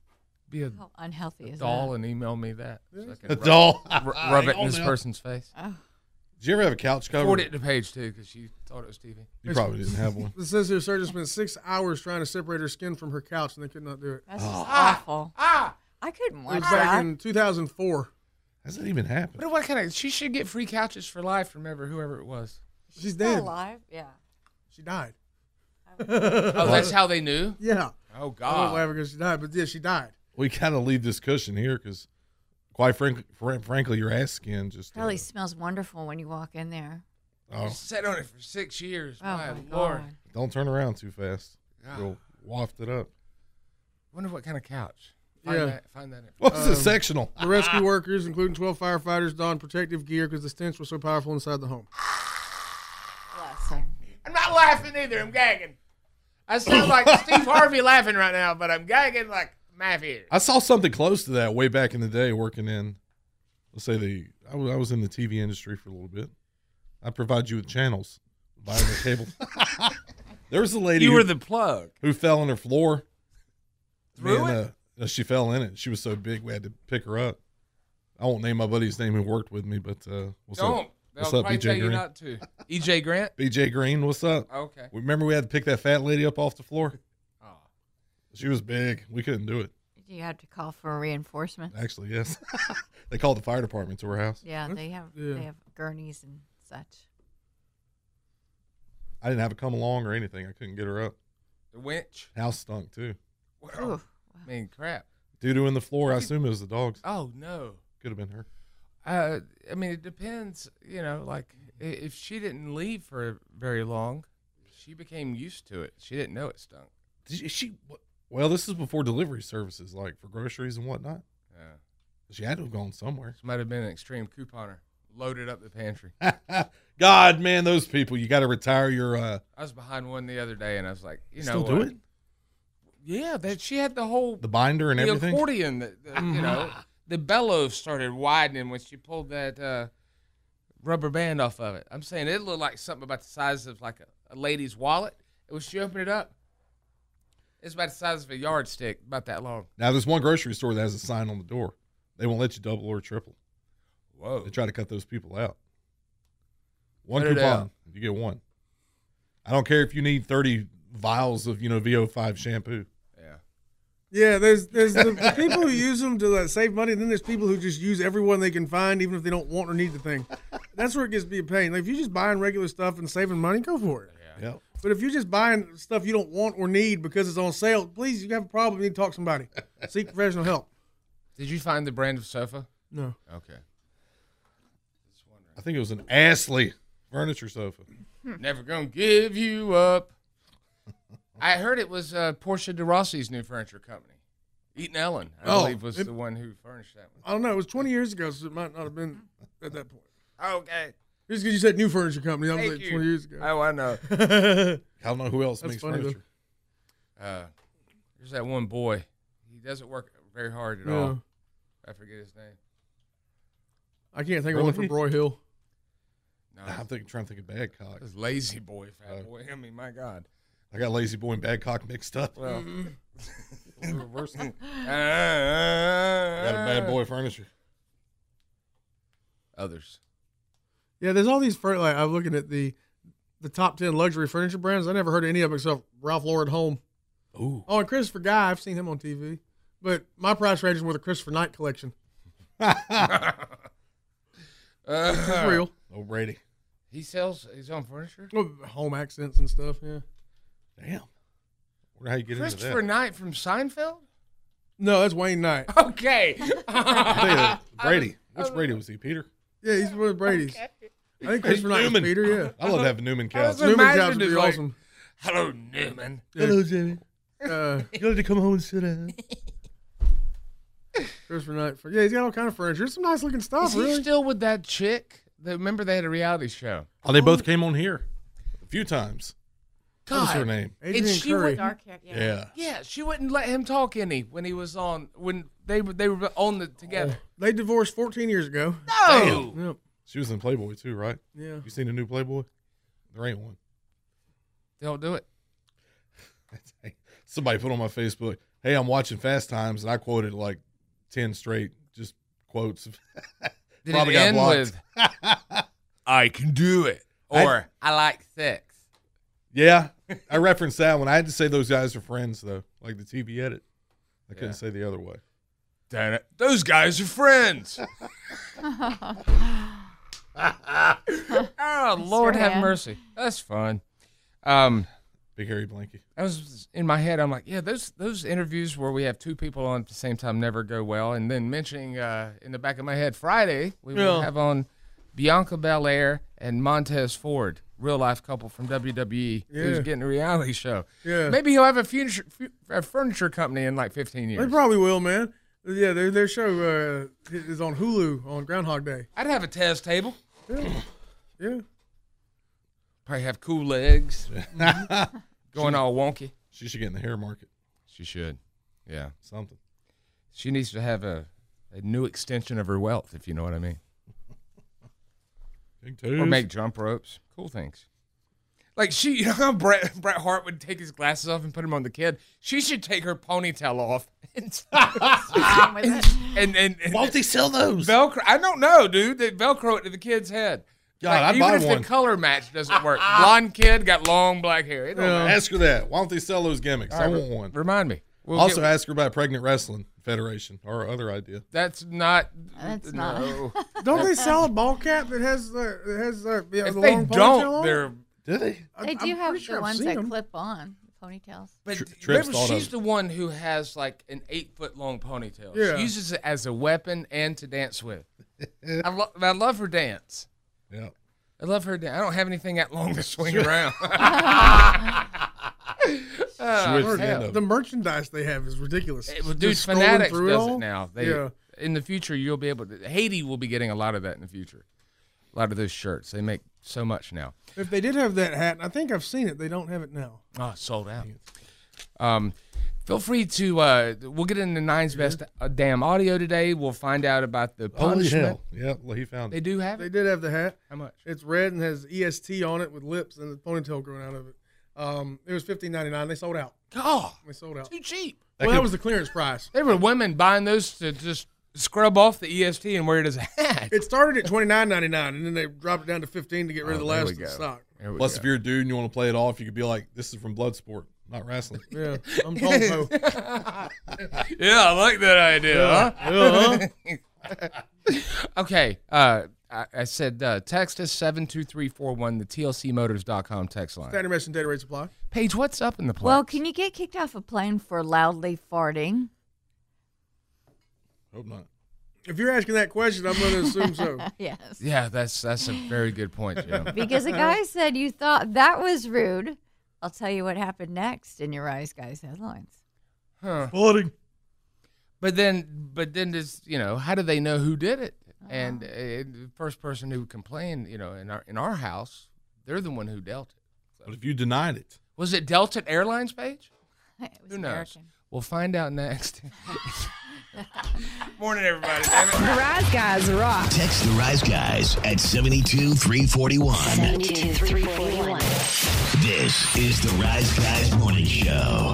[SPEAKER 3] Be a
[SPEAKER 6] how unhealthy is
[SPEAKER 3] doll and email me that. So I can
[SPEAKER 4] A
[SPEAKER 3] rub-
[SPEAKER 4] doll.
[SPEAKER 3] ru- Rub it in this
[SPEAKER 4] Y'all know.
[SPEAKER 3] person's face.
[SPEAKER 6] that? Oh,
[SPEAKER 4] Did you ever have a couch cover?
[SPEAKER 3] Forward it to page too, because she thought it was TV.
[SPEAKER 4] You probably didn't have one.
[SPEAKER 5] It says here surgeon spent six hours trying to separate her skin from her couch and they could not do it.
[SPEAKER 6] that's just awful.
[SPEAKER 3] Ah,
[SPEAKER 6] I couldn't
[SPEAKER 5] It was
[SPEAKER 6] watch
[SPEAKER 5] back
[SPEAKER 6] that.
[SPEAKER 5] in 2004.
[SPEAKER 4] Has that even happened?
[SPEAKER 3] what, what kind of? She should get free couches for life from ever whoever it was.
[SPEAKER 5] She's
[SPEAKER 6] Still
[SPEAKER 5] dead.
[SPEAKER 6] alive? Yeah.
[SPEAKER 5] She died.
[SPEAKER 3] Oh, that's how they knew.
[SPEAKER 5] Yeah.
[SPEAKER 3] Oh
[SPEAKER 5] I don't
[SPEAKER 3] God.
[SPEAKER 5] laugh because she died, but yeah, she died.
[SPEAKER 4] We gotta leave this cushion here because, quite frank, fran- frankly, your ass skin just uh,
[SPEAKER 6] Probably smells wonderful when you walk in there.
[SPEAKER 4] oh,
[SPEAKER 3] Sat on it for six years.
[SPEAKER 6] Oh
[SPEAKER 3] my
[SPEAKER 6] my
[SPEAKER 3] lord.
[SPEAKER 6] God.
[SPEAKER 4] don't turn around too fast.
[SPEAKER 3] Ah.
[SPEAKER 4] You'll waft it up.
[SPEAKER 3] Wonder what kind of couch. Find
[SPEAKER 5] Yeah.
[SPEAKER 3] That, find that. info.
[SPEAKER 4] What's the sectional?
[SPEAKER 5] The rescue workers, including 12 firefighters, donned protective gear because the stench was so powerful inside the home.
[SPEAKER 6] Bless her.
[SPEAKER 3] I'm not laughing either. I'm gagging. I sound like Steve Harvey laughing right now, but I'm gagging like Matthew.
[SPEAKER 4] I saw something close to that way back in the day working in, let's say the, I wa- I was in the TV industry for a little bit. I provide you with channels, buying the cable. there was a lady
[SPEAKER 3] You
[SPEAKER 4] who,
[SPEAKER 3] were the plug.
[SPEAKER 4] who fell on her floor.
[SPEAKER 3] Through
[SPEAKER 4] Man, uh, no, she fell in it. She was so big we had to pick her up. I won't name my buddy's name who worked with me, but uh, what's
[SPEAKER 3] Don't.
[SPEAKER 4] up?
[SPEAKER 3] They'll
[SPEAKER 4] What's up, E
[SPEAKER 3] probably tell
[SPEAKER 4] BJ
[SPEAKER 3] you
[SPEAKER 4] Green?
[SPEAKER 3] not to. EJ E Grant?
[SPEAKER 4] BJ Green, what's up?
[SPEAKER 3] Okay.
[SPEAKER 4] Remember we had to pick that fat lady up off the floor?
[SPEAKER 3] Oh.
[SPEAKER 4] She was big. We couldn't do it.
[SPEAKER 6] Did you have to call for a reinforcement?
[SPEAKER 4] Actually, yes. they called the fire department to her house.
[SPEAKER 6] Yeah, they have
[SPEAKER 5] Yeah.
[SPEAKER 6] they have gurneys and such.
[SPEAKER 4] I didn't have it come along or anything. I couldn't get her up.
[SPEAKER 3] The winch.
[SPEAKER 4] House stunk too.
[SPEAKER 3] Oh.
[SPEAKER 6] Ooh,
[SPEAKER 3] I mean, crap.
[SPEAKER 4] Doo doo in the floor. I assume it was the dogs.
[SPEAKER 3] Oh no.
[SPEAKER 4] Could have been her.
[SPEAKER 3] Uh, I mean, it depends. You know, like i- if she didn't leave for very long, she became used to it. She didn't know it stunk.
[SPEAKER 4] Did she, she? what- Well, this is before delivery services, like for groceries and whatnot.
[SPEAKER 3] Yeah.
[SPEAKER 4] She had to have gone somewhere.
[SPEAKER 3] She might have been an extreme couponer. Loaded up the pantry.
[SPEAKER 4] God, man, those people. You got to retire your. uh
[SPEAKER 3] I was behind one the other day, and I was like, you know,
[SPEAKER 4] Still do
[SPEAKER 3] what?
[SPEAKER 4] it.
[SPEAKER 3] Yeah, that she had the whole
[SPEAKER 4] The binder and
[SPEAKER 3] the
[SPEAKER 4] everything.
[SPEAKER 3] accordion that the, you know the bellows started widening when she pulled that uh, rubber band off of it. I'm saying it looked like something about the size of like a, a lady's wallet. And When she opened it up, it's about the size of a yardstick, about that long.
[SPEAKER 4] Now there's one grocery store that has a sign on the door. They won't let you double or triple.
[SPEAKER 3] Whoa!
[SPEAKER 4] They try to cut those people out. One
[SPEAKER 3] Cut it
[SPEAKER 4] coupon,
[SPEAKER 3] out.
[SPEAKER 4] you get one. I don't care if you need thirty vials of you know VO5 shampoo.
[SPEAKER 3] Yeah,
[SPEAKER 5] Yeah, there's there's the people who use them to like, save money, and then there's people who just use everyone they can find, even if they don't want or need the thing. That's where it gets to be a pain. Like if you're just buying regular stuff and saving money, go for it.
[SPEAKER 4] Yeah,
[SPEAKER 5] But if you're just buying stuff you don't want or need because it's on sale, please, you have a problem, you need to talk to somebody. Seek professional help.
[SPEAKER 3] did you find the brand of sofa?
[SPEAKER 5] No.
[SPEAKER 3] Okay,
[SPEAKER 4] I think it was an Astley furniture sofa.
[SPEAKER 3] never gonna give you up. I heard it was uh, Portia de Rossi's new furniture company. Eaton Ellen, I
[SPEAKER 5] Oh,
[SPEAKER 3] believe, was
[SPEAKER 5] it-
[SPEAKER 3] the one who furnished that
[SPEAKER 5] I don't know. It was 20 years ago, so it might not have been at that point.
[SPEAKER 3] one. Okay,
[SPEAKER 5] Just because you said new furniture company, I was
[SPEAKER 3] thank
[SPEAKER 5] like
[SPEAKER 3] you.
[SPEAKER 5] 20 years ago.
[SPEAKER 3] Oh, I know.
[SPEAKER 4] I don't know who else
[SPEAKER 5] That's
[SPEAKER 4] makes
[SPEAKER 5] funny, though.
[SPEAKER 4] furniture.
[SPEAKER 3] uh, there's that one boy. He doesn't work very hard at
[SPEAKER 5] Yeah.
[SPEAKER 3] all. I forget his name.
[SPEAKER 5] I can't think of one for
[SPEAKER 4] Really?
[SPEAKER 5] Broy Hill.
[SPEAKER 3] No,
[SPEAKER 4] I'm thinking, trying to think of Badcock.
[SPEAKER 3] it's lazy boy, fat
[SPEAKER 5] Uh.
[SPEAKER 4] Oh.
[SPEAKER 3] boy. I mean, my God.
[SPEAKER 4] I got Lazy Boy and Badcock mixed up.
[SPEAKER 3] Well,
[SPEAKER 5] Mm-hmm.
[SPEAKER 4] Reverse it.
[SPEAKER 3] got
[SPEAKER 4] Got a bad boy furniture.
[SPEAKER 3] Others.
[SPEAKER 5] Yeah, there's all these. Fur- like I'm looking at the the top ten luxury furniture brands. I never heard of any of them except Ralph Lauren Home.
[SPEAKER 4] Ooh.
[SPEAKER 5] Oh, and Christopher Guy. I've seen him on TV. But my price range is with a Christopher Knight collection. It's
[SPEAKER 3] Uh,
[SPEAKER 5] real.
[SPEAKER 4] Oh, Brady.
[SPEAKER 3] He sells his own furniture.
[SPEAKER 5] Well, Oh, Home accents and stuff. Yeah.
[SPEAKER 4] Damn. Wonder how you get into
[SPEAKER 3] Christopher
[SPEAKER 4] that.
[SPEAKER 3] Knight from Seinfeld.
[SPEAKER 5] No, that's Wayne Knight.
[SPEAKER 3] Okay.
[SPEAKER 4] I think that- Brady. Which Brady was he? Peter?
[SPEAKER 5] Yeah, he's one of Brady's. I think Christopher Knight was
[SPEAKER 4] Newman.
[SPEAKER 5] Peter. Yeah.
[SPEAKER 4] I love having Newman couch.
[SPEAKER 3] Imagine
[SPEAKER 5] Newman Jobs would
[SPEAKER 3] it's
[SPEAKER 5] be
[SPEAKER 3] like-
[SPEAKER 5] awesome.
[SPEAKER 3] Hello, Newman.
[SPEAKER 4] Hello, Jimmy.
[SPEAKER 5] Uh,
[SPEAKER 4] You got to come home and sit down.
[SPEAKER 5] Christopher Knight. Yeah, he's got all kind of furniture. There's some nice looking stuff.
[SPEAKER 3] Is
[SPEAKER 5] really.
[SPEAKER 3] he still with that chick? They- Remember they had a reality show.
[SPEAKER 4] Oh, they both came on here a few times. What was
[SPEAKER 3] God.
[SPEAKER 4] her name?
[SPEAKER 5] Adrian
[SPEAKER 3] And she
[SPEAKER 5] Curry.
[SPEAKER 3] went-
[SPEAKER 6] dark hair. Yeah.
[SPEAKER 4] Yeah.
[SPEAKER 3] Yeah, she wouldn't let him talk any when he was on when they were they were on the together.
[SPEAKER 5] They divorced 14 years ago.
[SPEAKER 3] No,
[SPEAKER 5] Yep.
[SPEAKER 4] She was in Playboy too, right?
[SPEAKER 5] Yeah.
[SPEAKER 4] You seen the new Playboy? There ain't one.
[SPEAKER 3] don't do it.
[SPEAKER 4] Somebody put on my Facebook, "Hey, I'm watching Fast Times," and I quoted like ten straight just quotes.
[SPEAKER 3] Did
[SPEAKER 4] Probably
[SPEAKER 3] it
[SPEAKER 4] got
[SPEAKER 3] end
[SPEAKER 4] blocked.
[SPEAKER 3] with "I can do it" or "I, like sex"?
[SPEAKER 4] Yeah, I referenced that one. I had to say those guys are friends though, like the TV edit. I couldn't
[SPEAKER 3] Yeah.
[SPEAKER 4] say the other way.
[SPEAKER 3] Damn it, those guys are friends. oh Lord,
[SPEAKER 6] your
[SPEAKER 3] have
[SPEAKER 6] hand.
[SPEAKER 3] mercy. That's fun. Um,
[SPEAKER 4] Big hairy blankie.
[SPEAKER 3] I was in my head. I'm like, yeah, those those interviews where we have two people on at the same time never go well. And then mentioning uh, in the back of my head, Friday we will
[SPEAKER 5] Yeah.
[SPEAKER 3] have on Bianca Belair and Montez Ford, real life couple from WWE who's
[SPEAKER 5] Yeah.
[SPEAKER 3] getting a reality show.
[SPEAKER 5] Yeah.
[SPEAKER 3] maybe he'll have a furniture fu- a furniture company in like 15
[SPEAKER 5] They
[SPEAKER 3] years.
[SPEAKER 5] probably will, man. Yeah, their their show uh, is on Hulu on Groundhog Day.
[SPEAKER 3] I'd have a Tez table.
[SPEAKER 5] Yeah,
[SPEAKER 3] Probably have cool legs,
[SPEAKER 5] Mm-hmm.
[SPEAKER 3] going all wonky.
[SPEAKER 4] She should get in the hair market.
[SPEAKER 3] She should. Yeah,
[SPEAKER 4] Something.
[SPEAKER 3] she needs to have a a new extension of her wealth, if you know what I mean.
[SPEAKER 4] Big
[SPEAKER 3] Or
[SPEAKER 4] toes.
[SPEAKER 3] make jump ropes. Cool things. Like she, you know how Bret, Bret Hart would take his glasses off and put them on the kid. She should take her ponytail off and
[SPEAKER 6] Same with it.
[SPEAKER 3] and, and, and
[SPEAKER 4] Why don't they sell those?
[SPEAKER 3] velcro. I don't know, dude. They velcro it to the kid's head.
[SPEAKER 4] God,
[SPEAKER 3] Like,
[SPEAKER 4] I'd
[SPEAKER 3] even
[SPEAKER 4] buy
[SPEAKER 3] if
[SPEAKER 4] one.
[SPEAKER 3] the color match doesn't work, blonde kid got long black hair. It don't matter.
[SPEAKER 4] Ask her that. Why don't they sell those gimmicks? I want one.
[SPEAKER 3] Remind me. We'll
[SPEAKER 4] also,
[SPEAKER 3] get-
[SPEAKER 4] ask her about Pregnant Wrestling Federation or other idea.
[SPEAKER 3] that's not.
[SPEAKER 6] That's not-
[SPEAKER 3] no.
[SPEAKER 5] don't they sell a ball cap that has uh, that has uh, yeah,
[SPEAKER 3] if
[SPEAKER 5] the
[SPEAKER 3] they
[SPEAKER 5] long ponytail
[SPEAKER 3] don't,
[SPEAKER 5] on it?
[SPEAKER 3] they're
[SPEAKER 4] Do they?
[SPEAKER 5] I-
[SPEAKER 6] They
[SPEAKER 5] I'm
[SPEAKER 6] do have
[SPEAKER 5] pretty sure
[SPEAKER 6] the
[SPEAKER 5] I've
[SPEAKER 6] ones
[SPEAKER 5] seen
[SPEAKER 6] that
[SPEAKER 5] 'em.
[SPEAKER 6] clip on. ponytails.
[SPEAKER 3] But
[SPEAKER 4] Tri-
[SPEAKER 3] d-
[SPEAKER 4] Trips
[SPEAKER 3] remember,
[SPEAKER 4] thought of
[SPEAKER 3] she's
[SPEAKER 4] it.
[SPEAKER 3] the one who has like an eight foot long ponytail.
[SPEAKER 5] Yeah.
[SPEAKER 3] She uses it as a weapon and to dance with. I, lo- I love her dance.
[SPEAKER 4] Yeah.
[SPEAKER 3] I love her dance. I don't have anything that long to swing around. Uh,
[SPEAKER 4] Switched
[SPEAKER 3] hell.
[SPEAKER 4] into-
[SPEAKER 5] The merchandise they have is ridiculous.
[SPEAKER 3] It- well,
[SPEAKER 5] Just
[SPEAKER 3] dude,
[SPEAKER 5] scrolling
[SPEAKER 3] Fanatics
[SPEAKER 5] through
[SPEAKER 3] does
[SPEAKER 5] all.
[SPEAKER 3] it now. They,
[SPEAKER 5] yeah,
[SPEAKER 3] In the future, you'll be able to. Haiti will be getting a lot of that in the future. A lot of those shirts. They make so much now.
[SPEAKER 5] if they did have that hat, and I think I've seen it. They don't have it now.
[SPEAKER 3] Oh, sold out. Um, feel free to. Uh, we'll get into Nine's best uh, damn audio today. We'll find out about the
[SPEAKER 4] Holy
[SPEAKER 3] punishment.
[SPEAKER 4] hell. Yeah, well, he found
[SPEAKER 3] They
[SPEAKER 4] it.
[SPEAKER 3] do have
[SPEAKER 5] They
[SPEAKER 3] it.
[SPEAKER 5] did have the hat.
[SPEAKER 3] How much?
[SPEAKER 5] It's red and has EST on it with lips and the ponytail growing out of it. Um, it was fifteen ninety nine. They sold out.
[SPEAKER 3] Oh,
[SPEAKER 5] They sold out.
[SPEAKER 3] too cheap.
[SPEAKER 5] Well, that was the clearance price.
[SPEAKER 3] There were women buying those to just scrub off the EST and wear it as a hat.
[SPEAKER 5] It started at twenty nine ninety nine, and then they dropped it down to fifteen to get rid of the
[SPEAKER 3] Oh, there
[SPEAKER 5] last
[SPEAKER 3] we
[SPEAKER 5] of the
[SPEAKER 3] go.
[SPEAKER 5] stock.
[SPEAKER 3] Here we
[SPEAKER 4] Plus,
[SPEAKER 3] go.
[SPEAKER 4] if you're a dude and you want to play it off, you could be like, "This is from Bloodsport, not wrestling."
[SPEAKER 5] Yeah, I'm told so.
[SPEAKER 3] yeah, I like that idea. huh?
[SPEAKER 5] Uh-huh.
[SPEAKER 3] Okay. Uh, I, I said uh, text us 72341, the TLCmotors.com text line.
[SPEAKER 5] Standard message and data rate supply.
[SPEAKER 3] Paige, what's up in the plane?
[SPEAKER 6] Well, can you get kicked off a plane for loudly farting?
[SPEAKER 4] Hope not.
[SPEAKER 5] If you're asking that question, I'm going to assume so.
[SPEAKER 6] yes.
[SPEAKER 3] yeah, that's that's a very good point, Jim.
[SPEAKER 6] Because a guy said you thought that was rude. I'll tell you what happened next in your Rise Guys headlines.
[SPEAKER 3] Huh.
[SPEAKER 4] Flooding.
[SPEAKER 3] But then, but then, this you know, how do they know who did it? And uh, the first person who complained, you know, in our in our house, they're the one who dealt it.
[SPEAKER 4] But if you denied it,
[SPEAKER 3] Was it Delta Airlines, Paige?
[SPEAKER 6] It was
[SPEAKER 3] Who knows?
[SPEAKER 6] American.
[SPEAKER 3] We'll find out next. Morning, everybody. Damn it.
[SPEAKER 7] Rise Guys Rock.
[SPEAKER 8] Text the Rise Guys at 72341.
[SPEAKER 9] 72341.
[SPEAKER 8] This is the Rise Guys Morning Show.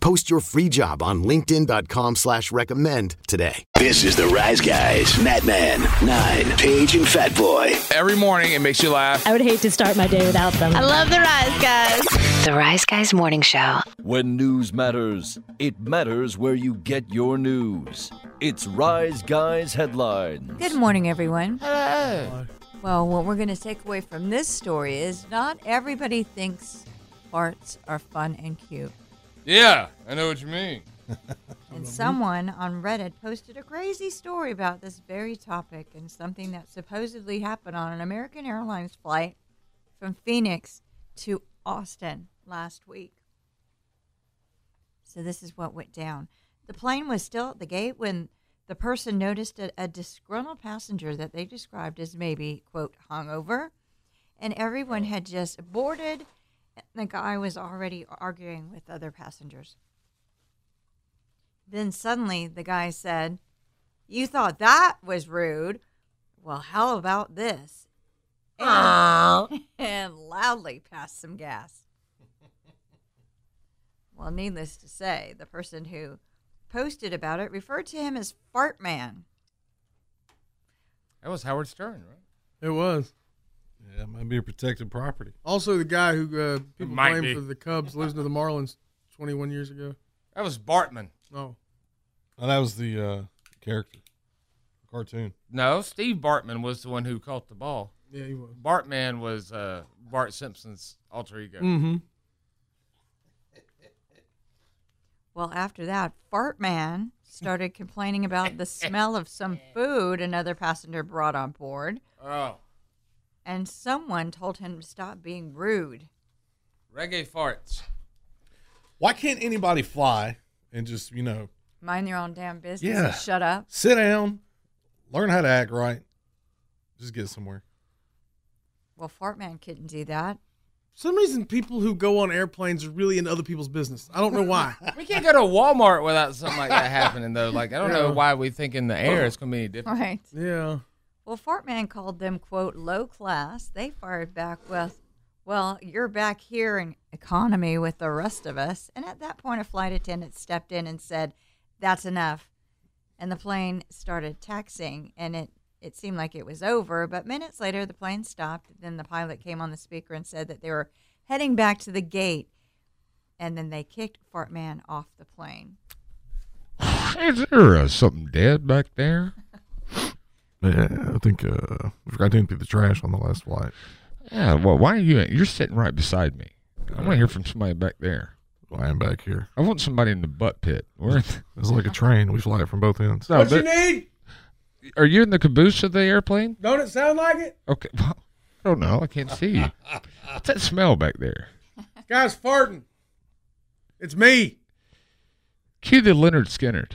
[SPEAKER 8] Post your free job on linkedin.com/recommend slash recommend today.
[SPEAKER 2] This is the Rise Guys.
[SPEAKER 8] Madman, 9, Page and Fat Boy.
[SPEAKER 2] Every morning it makes you laugh.
[SPEAKER 7] I would hate to start my day without them.
[SPEAKER 6] I love the Rise Guys.
[SPEAKER 9] The Rise Guys Morning Show.
[SPEAKER 10] When news matters, it matters where you get your news. It's Rise Guys headlines.
[SPEAKER 6] Good morning, everyone.
[SPEAKER 3] Hello.
[SPEAKER 6] Well, what we're going to take away from this story is not everybody thinks farts are fun and cute.
[SPEAKER 3] Yeah, I know what you mean.
[SPEAKER 6] And someone on Reddit posted a crazy story about this very topic and something that supposedly happened on an American Airlines flight from Phoenix to Austin last week. So, this is what went down. The plane was still at the gate when the person noticed a, a disgruntled passenger that they described as maybe, quote, hungover and everyone had just boarded. and The guy was already arguing with other passengers. Then suddenly the guy said, You thought that was rude. Well, how about this? And, and loudly passed some gas. Well, needless to say, the person who posted about it referred to him as Fart Man.
[SPEAKER 3] That was Howard Stern, right?
[SPEAKER 5] It was.
[SPEAKER 4] Yeah, it might be a protected property.
[SPEAKER 5] Also, the guy who uh, people
[SPEAKER 4] might
[SPEAKER 5] blame
[SPEAKER 4] be.
[SPEAKER 5] for the Cubs losing to the Marlins 21 years ago.
[SPEAKER 3] That was Bartman.
[SPEAKER 5] Oh,
[SPEAKER 4] Oh, that was the uh, character, cartoon.
[SPEAKER 3] No, Steve Bartman was the one who caught the ball.
[SPEAKER 5] Yeah, he was.
[SPEAKER 3] Bartman was uh, Bart Simpson's alter ego.
[SPEAKER 4] Mm-hmm.
[SPEAKER 5] Mhm.
[SPEAKER 6] Well, after that, Fart Man started complaining about the smell of some food another passenger brought on board,
[SPEAKER 3] Oh,
[SPEAKER 6] and someone told him to stop being rude.
[SPEAKER 3] reggae farts.
[SPEAKER 4] Why can't anybody fly and just you know
[SPEAKER 6] Mind your own damn business. and
[SPEAKER 4] Yeah.
[SPEAKER 6] Shut up.
[SPEAKER 4] sit down, learn how to act right, just get somewhere.
[SPEAKER 6] Well, Fart Man couldn't do that.
[SPEAKER 5] For some reason people who go on airplanes are really in other people's business. I don't know why.
[SPEAKER 3] We can't go to Walmart without something like that happening, though. Like, I don't know
[SPEAKER 5] Yeah.
[SPEAKER 3] why we think in the air it's going to be any different.
[SPEAKER 6] Right.
[SPEAKER 5] yeah.
[SPEAKER 6] Well, Fart Man called them, quote, low class. They fired back with, well, you're back here in economy with the rest of us. And at that point, a flight attendant stepped in and said, that's enough. And the plane started taxiing, and it, it seemed like it was over. But minutes later, the plane stopped. Then the pilot came on the speaker and said that they were heading back to the gate. And then they kicked Fart Man off the plane.
[SPEAKER 11] Is there uh, something dead back there?
[SPEAKER 12] Yeah, I think uh, I forgot to empty the trash on the last flight.
[SPEAKER 11] Yeah. Well, why are you? You're sitting right beside me. I want to hear from somebody back there.
[SPEAKER 12] I am back here.
[SPEAKER 11] I want somebody in the butt pit. We're in
[SPEAKER 12] It's like a train. We fly it from both ends.
[SPEAKER 11] No, What you but-
[SPEAKER 5] need?
[SPEAKER 11] are you in the caboose of the airplane?
[SPEAKER 5] Don't it sound like it?
[SPEAKER 11] Okay. Well, I don't know. I can't see you. What's that smell back there?
[SPEAKER 5] Guy's farting. It's me.
[SPEAKER 11] Cue the Leonard Skinner.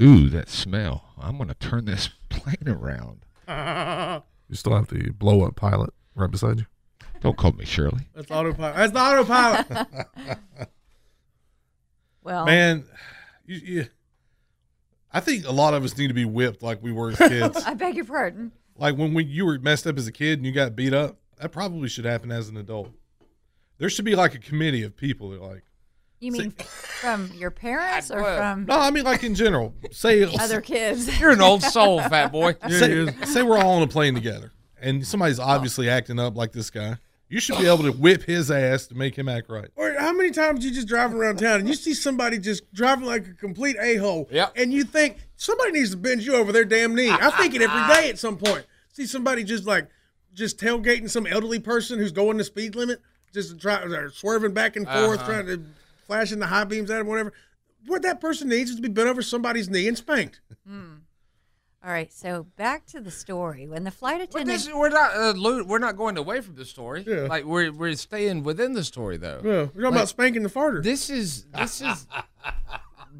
[SPEAKER 11] Ooh, that smell. I'm gonna turn this plane around.
[SPEAKER 5] That's
[SPEAKER 12] You still have the blow up pilot right beside you.
[SPEAKER 11] Don't call me Shirley.
[SPEAKER 5] autopilot. That's the autopilot.
[SPEAKER 6] Well,
[SPEAKER 4] Man, you, you, I think a lot of us need to be whipped like we were as kids.
[SPEAKER 6] I beg your pardon.
[SPEAKER 4] like when we, you were messed up as a kid and you got beat up, that probably should happen as an adult. There should be like a committee of people that like.
[SPEAKER 6] You mean from your parents or
[SPEAKER 4] Well,
[SPEAKER 6] from
[SPEAKER 4] no, I mean like in general. Say
[SPEAKER 6] other kids?
[SPEAKER 3] You're an old soul, fat boy.
[SPEAKER 4] say, say we're all on a plane together, and somebody's obviously acting up like this guy. You should be able to whip his ass to make him act right.
[SPEAKER 5] Or how many times you just drive around town and you see somebody just driving like a complete a hole, and you think somebody needs to bend you over their damn knee. I think it every day at some point. See somebody just like just tailgating some elderly person who's going the speed limit, just try, or swerving back and forth,
[SPEAKER 13] Uh-huh.
[SPEAKER 5] trying to flashing the high beams at him, whatever. What that person needs is to be bent over somebody's knee and spanked.
[SPEAKER 6] Hmm. All right, so back to the story. When the flight
[SPEAKER 3] But
[SPEAKER 6] attendant,
[SPEAKER 3] this, we're not uh, lo- we're not going away from the story. Like we're we're staying within the story though.
[SPEAKER 5] Yeah, we're talking
[SPEAKER 3] Like,
[SPEAKER 5] about spanking the farter.
[SPEAKER 3] This is this is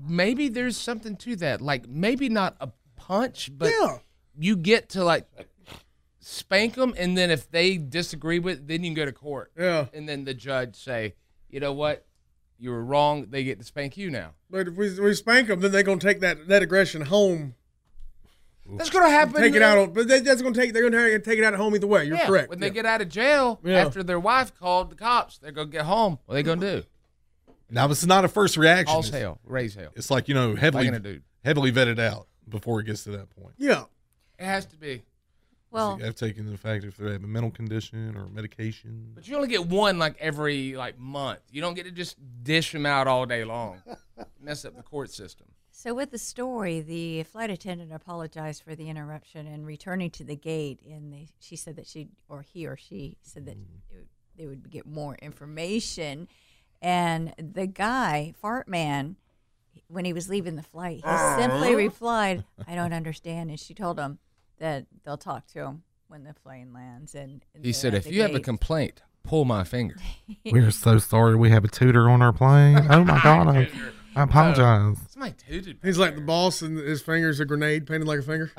[SPEAKER 3] maybe there's something to that. Like maybe not a punch, but you get to like spank them, and then if they disagree with, it, then you can go to court.
[SPEAKER 5] Yeah,
[SPEAKER 3] and then the judge say, you know what, you were wrong. They get to spank you now.
[SPEAKER 5] But if we, we spank them, then they're gonna take that, that aggression home.
[SPEAKER 3] That's gonna happen.
[SPEAKER 5] Take it out on, but they, that's gonna take. They're gonna take it out at home either way. You're
[SPEAKER 3] Yeah,
[SPEAKER 5] correct.
[SPEAKER 3] When they get out of jail
[SPEAKER 5] Yeah.
[SPEAKER 3] after their wife called the cops, they're gonna get home. What are they gonna do?
[SPEAKER 4] Now it's not a first reaction.
[SPEAKER 3] All's
[SPEAKER 4] It's-
[SPEAKER 3] hell, raise hell.
[SPEAKER 4] It's like you know heavily
[SPEAKER 3] Like in a dude.
[SPEAKER 4] heavily vetted out before it gets to that point.
[SPEAKER 5] Yeah.
[SPEAKER 3] It has to be.
[SPEAKER 6] well,
[SPEAKER 4] I've taken into fact if they have a mental condition or medication.
[SPEAKER 3] But you only get one like every like month. You don't get to just dish them out all day long. Mess up the court system.
[SPEAKER 6] so with the story, the flight attendant apologized for the interruption and returning to the gate, and they, she said that she or he or she said
[SPEAKER 3] Mm.
[SPEAKER 6] that it would, they would get more information. And the guy, Fart Man, when he was leaving the flight, he simply
[SPEAKER 7] Uh-huh.
[SPEAKER 6] replied, "I don't understand," and she told him that they'll talk to him when the plane lands. And, and
[SPEAKER 3] He
[SPEAKER 6] they're
[SPEAKER 3] said,
[SPEAKER 6] at
[SPEAKER 3] "If
[SPEAKER 6] the
[SPEAKER 3] you have a
[SPEAKER 6] gate."
[SPEAKER 3] complaint, pull my finger."
[SPEAKER 12] We are so sorry we have a tutor on our plane. Oh my god, I, I apologize.
[SPEAKER 3] It's my dude. Ah.
[SPEAKER 5] He's like the boss, and his finger's a grenade painted like a finger.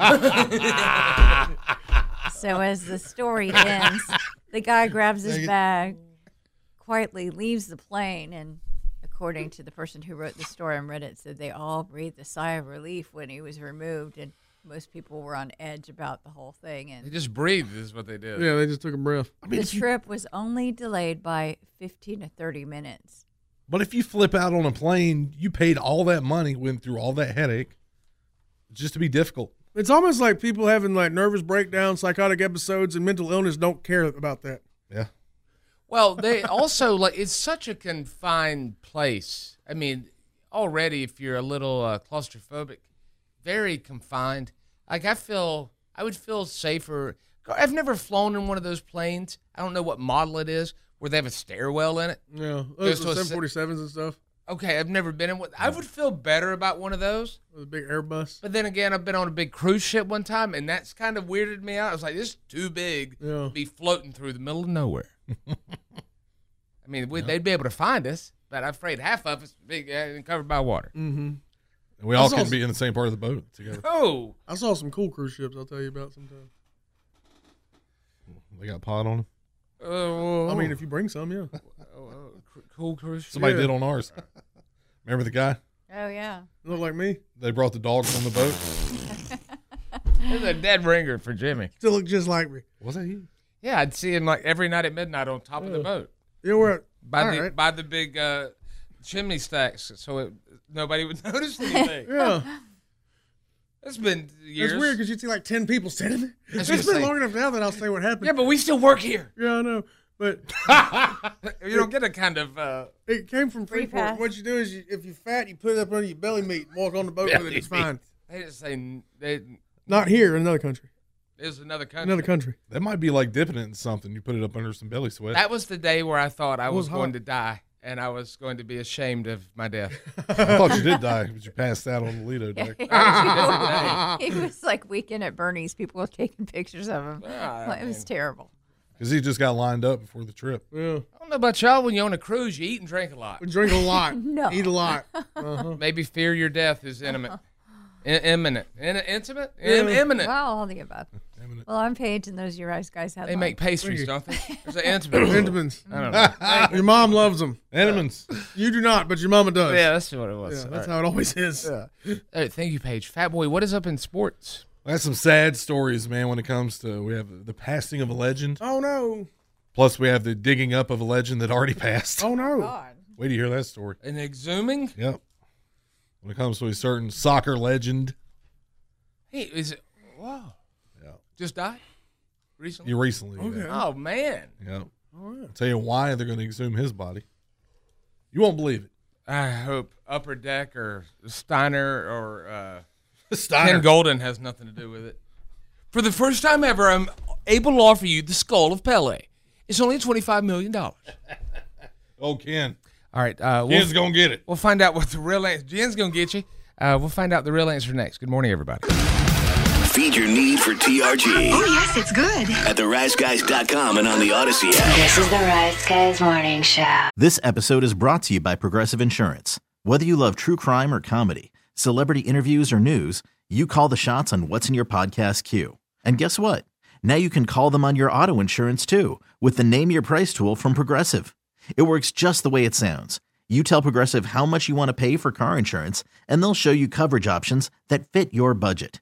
[SPEAKER 6] So as the story ends, the guy grabs his bag, quietly leaves the plane, and according to the person who wrote the story on Reddit, said they all breathed a sigh of relief when he was removed, and most people were on edge about the whole thing. And
[SPEAKER 3] They just breathed is what they did.
[SPEAKER 5] Yeah, they just took a breath.
[SPEAKER 6] the trip was only delayed by 15 to 30 minutes.
[SPEAKER 4] But if you flip out on a plane, you paid all that money, went through all that headache, just to be difficult.
[SPEAKER 5] It's almost like people having like nervous breakdowns, psychotic episodes, and mental illness don't care about that.
[SPEAKER 4] Yeah.
[SPEAKER 3] Well, they also like it's such a confined place. I mean, already if you're a little uh, claustrophobic, very confined. Like I feel, I would feel safer. I've never flown in one of those planes. I don't know what model it is where they have a stairwell in it.
[SPEAKER 5] Yeah,
[SPEAKER 3] Goes to a
[SPEAKER 5] seven
[SPEAKER 3] se-
[SPEAKER 5] forty sevens and stuff.
[SPEAKER 3] Okay, I've never been in one. I would feel better about one of those.
[SPEAKER 5] With a big Airbus.
[SPEAKER 3] But then again, I've been on a big cruise ship one time, and that's kind of weirded me out. I was like, this is too big to be floating through the middle of nowhere. I mean, we, they'd be able to find us, but I'm afraid half of us would be uh, and covered by water.
[SPEAKER 5] Mm-hmm.
[SPEAKER 4] And we all can be in the same part of the boat together.
[SPEAKER 3] Oh,
[SPEAKER 5] I saw some cool cruise ships. I'll tell you about sometime.
[SPEAKER 4] They got pot on them.
[SPEAKER 3] oh,
[SPEAKER 5] I mean, if you bring some, yeah.
[SPEAKER 3] cool cruise.
[SPEAKER 4] Somebody
[SPEAKER 5] Yeah.
[SPEAKER 4] did on ours. Remember the guy?
[SPEAKER 6] Oh, yeah.
[SPEAKER 5] Look like me.
[SPEAKER 4] They brought the dogs on the boat.
[SPEAKER 3] This is a dead ringer for Jimmy.
[SPEAKER 5] Still look just like me.
[SPEAKER 4] Was that you?
[SPEAKER 3] Yeah, I'd see him like every night at midnight on top of the boat.
[SPEAKER 5] Yeah, we're
[SPEAKER 3] by
[SPEAKER 5] all
[SPEAKER 3] the
[SPEAKER 5] right.
[SPEAKER 3] by the big uh, chimney stacks, so it, nobody would notice anything.
[SPEAKER 5] Yeah.
[SPEAKER 3] it's been years.
[SPEAKER 5] It's weird because you'd see like ten people standing there.
[SPEAKER 3] I was
[SPEAKER 5] It's
[SPEAKER 3] gonna
[SPEAKER 5] been
[SPEAKER 3] say-
[SPEAKER 5] long enough now that I'll say what happened.
[SPEAKER 3] Yeah, but we still work here.
[SPEAKER 5] Yeah, I know. But
[SPEAKER 3] you don't get a kind of uh,
[SPEAKER 5] it came from
[SPEAKER 3] Free
[SPEAKER 5] Freeport.
[SPEAKER 3] pass.
[SPEAKER 5] What you do is, you, if you're fat, you put it up under your belly meat, and walk on the boat with it. It's fine.
[SPEAKER 3] They just say n- they,
[SPEAKER 5] Not here in another country.
[SPEAKER 3] it was another country.
[SPEAKER 4] That might be like dipping it in something. You put it up under some belly sweat.
[SPEAKER 3] That was the day where I thought I
[SPEAKER 4] It
[SPEAKER 3] was,
[SPEAKER 4] was
[SPEAKER 3] going
[SPEAKER 4] hot.
[SPEAKER 3] to die, and I was going to be ashamed of my death.
[SPEAKER 4] I thought you did die, but you passed out on the Lido
[SPEAKER 6] Yeah,
[SPEAKER 4] deck.
[SPEAKER 6] he was like weekend at Bernie's. People were taking pictures of him.
[SPEAKER 3] Yeah,
[SPEAKER 6] Well, it was terrible.
[SPEAKER 4] Because he just got lined up before the trip.
[SPEAKER 5] Yeah.
[SPEAKER 3] I don't know about y'all. When you're on a cruise, you eat and drink a lot.
[SPEAKER 5] Drink a lot.
[SPEAKER 6] No.
[SPEAKER 5] Eat a lot.
[SPEAKER 3] Maybe fear your death is intimate. I- imminent. In- intimate? In-
[SPEAKER 6] Yeah.
[SPEAKER 3] imminent.
[SPEAKER 6] Well, all the above. Well, I'm Paige, and those Uri's guys had.
[SPEAKER 3] They make pastries, don't they? There's an intimate.
[SPEAKER 5] Entenmann's.
[SPEAKER 3] I don't know.
[SPEAKER 5] your mom loves them.
[SPEAKER 4] Entenmann's.
[SPEAKER 5] You do not, but your mama does.
[SPEAKER 3] Yeah, that's what it was.
[SPEAKER 5] Yeah,
[SPEAKER 3] All
[SPEAKER 5] that's
[SPEAKER 3] right.
[SPEAKER 5] how it always is.
[SPEAKER 3] All right, thank you, Paige. Fat boy, what is up in sports?
[SPEAKER 4] I got some sad stories, man, when it comes to we have the passing of a legend.
[SPEAKER 5] Oh no.
[SPEAKER 4] Plus we have the digging up of a legend that already passed.
[SPEAKER 5] Oh no.
[SPEAKER 4] Wait to hear that story.
[SPEAKER 3] An exhuming?
[SPEAKER 4] Yep. When it comes to a certain soccer legend,
[SPEAKER 3] Hey, is it? Wow.
[SPEAKER 4] Yeah.
[SPEAKER 3] Just died recently.
[SPEAKER 4] he recently. yeah.
[SPEAKER 3] Oh man.
[SPEAKER 4] Yeah.
[SPEAKER 3] All right.
[SPEAKER 4] I'll tell you why they're gonna exhume his body. You won't believe it.
[SPEAKER 3] I hope Upper Deck or Steiner or uh,
[SPEAKER 4] Steiner.
[SPEAKER 3] Ken Golden has nothing to do with it. For the first time ever, I'm able to offer you the skull of Pele. It's only twenty-five million dollars.
[SPEAKER 4] Oh Ken.
[SPEAKER 3] All right, uh,
[SPEAKER 4] Ken's gonna get it.
[SPEAKER 3] We'll find out what the real answer. Jen's gonna get you. Uh, we'll find out the real answer next. Good morning, everybody.
[SPEAKER 13] Feed your need for TRG.
[SPEAKER 14] Oh, yes, it's good.
[SPEAKER 13] At theriseguys.com and on the Odyssey app.
[SPEAKER 14] This is the Rise Guys Morning Show.
[SPEAKER 15] This episode is brought to you by Progressive Insurance. Whether you love true crime or comedy, celebrity interviews or news, you call the shots on what's in your podcast queue. And guess what? Now you can call them on your auto insurance too with the Name Your Price tool from Progressive. It works just the way it sounds. You tell Progressive how much you want to pay for car insurance, and they'll show you coverage options that fit your budget.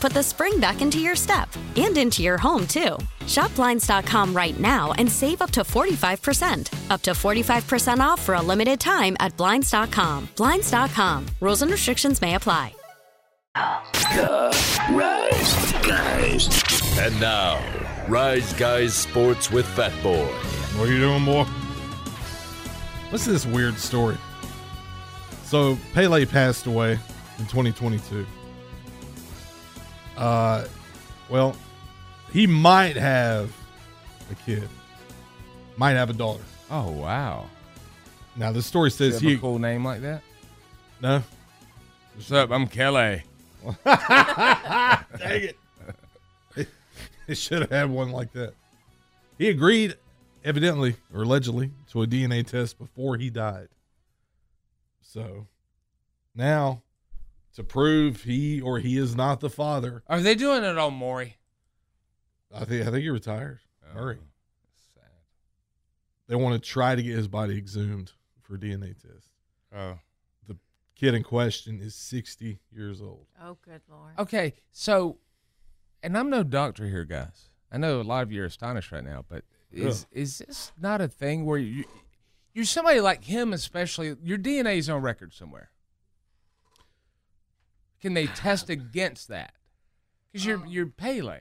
[SPEAKER 16] put the spring back into your step and into your home, too. Shop Blinds.com right now and save up to 45%. Up to 45% off for a limited time at Blinds.com. Blinds.com. Rules and restrictions may apply.
[SPEAKER 2] Rise Guys.
[SPEAKER 10] And now, Rise Guys Sports with Fat Boy.
[SPEAKER 4] What are you doing, boy? Listen to this weird story. So Pele passed away in 2022. Uh, well, he might have a kid, might have a daughter.
[SPEAKER 3] Oh wow!
[SPEAKER 4] Now the story
[SPEAKER 3] Does
[SPEAKER 4] says
[SPEAKER 3] he
[SPEAKER 4] he
[SPEAKER 3] have a cool name like that?
[SPEAKER 4] no.
[SPEAKER 3] What's up? I'm Kelly.
[SPEAKER 4] Dang it. They should have had one like that. He agreed, evidently or allegedly, to a DNA test before he died. So now to prove he or he is not the father,
[SPEAKER 3] Are they doing it on Maury?
[SPEAKER 4] I think I think he retired. Murray. They want to try to get his body exhumed for DNA test.
[SPEAKER 3] Oh.
[SPEAKER 4] The kid in question is 60 years old.
[SPEAKER 6] Oh, good lord.
[SPEAKER 3] Okay, so, and I'm no doctor here, guys. I know a lot of you are astonished right now, but is is this not a thing where you you're somebody like him, especially your DNA is on record somewhere? Can they test against that? Because
[SPEAKER 5] Um,
[SPEAKER 3] you're you're Pele.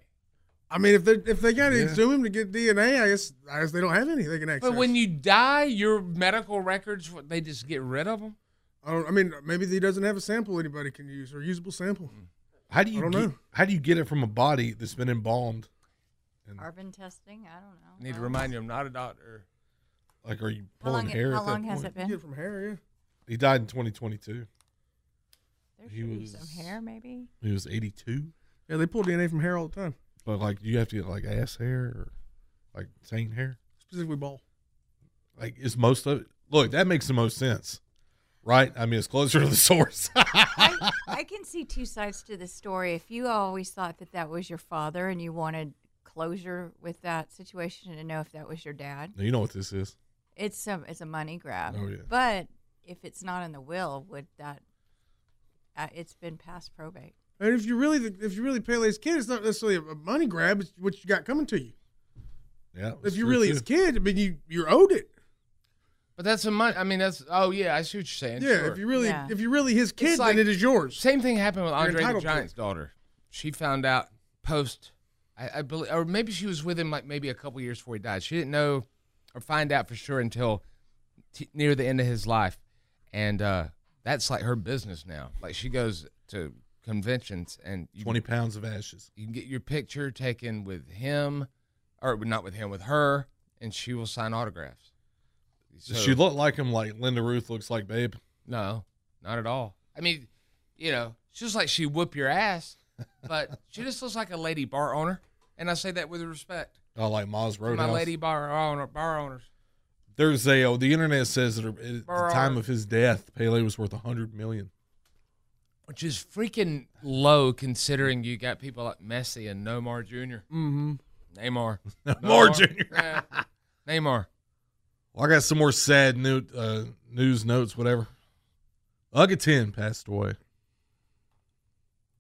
[SPEAKER 5] I mean, if they if they got to
[SPEAKER 3] Yeah.
[SPEAKER 5] exhume him to get DNA, I guess I guess they don't have any they can access.
[SPEAKER 3] But when you die, your medical records what, they just get rid of them.
[SPEAKER 5] I don't. I mean, maybe he doesn't have a sample anybody can use or usable sample.
[SPEAKER 4] How do you
[SPEAKER 5] I don't
[SPEAKER 4] get,
[SPEAKER 5] know.
[SPEAKER 4] how do you get it from a body that's been embalmed?
[SPEAKER 6] Carbon testing? I don't know.
[SPEAKER 5] Uh-huh.
[SPEAKER 3] Need to remind you, I'm not a doctor.
[SPEAKER 4] Like are you
[SPEAKER 6] How
[SPEAKER 4] pulling
[SPEAKER 6] long,
[SPEAKER 4] hair?
[SPEAKER 6] how
[SPEAKER 4] at that
[SPEAKER 6] long has
[SPEAKER 4] point?
[SPEAKER 6] it been?
[SPEAKER 5] from hair, yeah.
[SPEAKER 4] He died in 2022.
[SPEAKER 6] There
[SPEAKER 4] He
[SPEAKER 6] should be
[SPEAKER 4] was-
[SPEAKER 6] some hair, maybe.
[SPEAKER 4] He was 82.
[SPEAKER 5] Yeah, they pull DNA from hair all the time,
[SPEAKER 4] But like you have to get like ass hair or like taint hair.
[SPEAKER 5] specifically ball.
[SPEAKER 4] Like is most of it? Look, that makes the most sense, right? I mean, it's closer to the source.
[SPEAKER 6] I, I can see two sides to this story. If you always thought that that was your father and you wanted closure with that situation to know if that was your dad,
[SPEAKER 4] Now, you know what this is?
[SPEAKER 6] it's some it's a money grab.
[SPEAKER 4] Oh, yeah.
[SPEAKER 6] But if it's not in the will, would that uh, it's been past probate?
[SPEAKER 5] And if you really if you really pay his kid, it's not necessarily a money grab. It's what you got coming to you.
[SPEAKER 4] Yeah.
[SPEAKER 5] If you really his kid, I mean, you you're owed it.
[SPEAKER 3] But that's a money. I mean, that's oh yeah, I see what you're saying.
[SPEAKER 5] yeah.
[SPEAKER 3] sure.
[SPEAKER 5] If you really if you're really his kid,
[SPEAKER 3] like-
[SPEAKER 5] then it is yours.
[SPEAKER 3] Same thing happened with
[SPEAKER 5] You're
[SPEAKER 3] Andre the
[SPEAKER 5] entitled to it.
[SPEAKER 3] Giant's daughter. She found out post, I, I believe, or maybe she was with him like maybe a couple years before he died. She didn't know or find out for sure until t- near the end of his life, and uh, that's like her business now. Like she goes to conventions and you,
[SPEAKER 4] 20 pounds of ashes.
[SPEAKER 3] You can get your picture taken with him, or not with him, with her, and she will sign autographs.
[SPEAKER 4] Does
[SPEAKER 3] So-
[SPEAKER 4] she look like him? Like Linda Ruth looks like Babe?
[SPEAKER 3] No, not at all. I mean, you know, she's like she whoop your ass, but she just looks like a lady bar owner, and I say that with respect.
[SPEAKER 4] Oh, like Moz
[SPEAKER 3] to
[SPEAKER 4] Roadhouse.
[SPEAKER 3] My lady bar owner, bar owners.
[SPEAKER 4] There's a oh, the internet says that at the
[SPEAKER 3] Burr.
[SPEAKER 4] time of his death, Pele was worth 100 million.
[SPEAKER 3] which is freaking low considering you got people like Messi and Nomar junior
[SPEAKER 5] Mm-hmm.
[SPEAKER 3] Neymar,
[SPEAKER 4] Neymar Jr..
[SPEAKER 3] yeah. Neymar.
[SPEAKER 4] Well, I got some more sad new, uh, news notes, whatever. Ugatin passed away.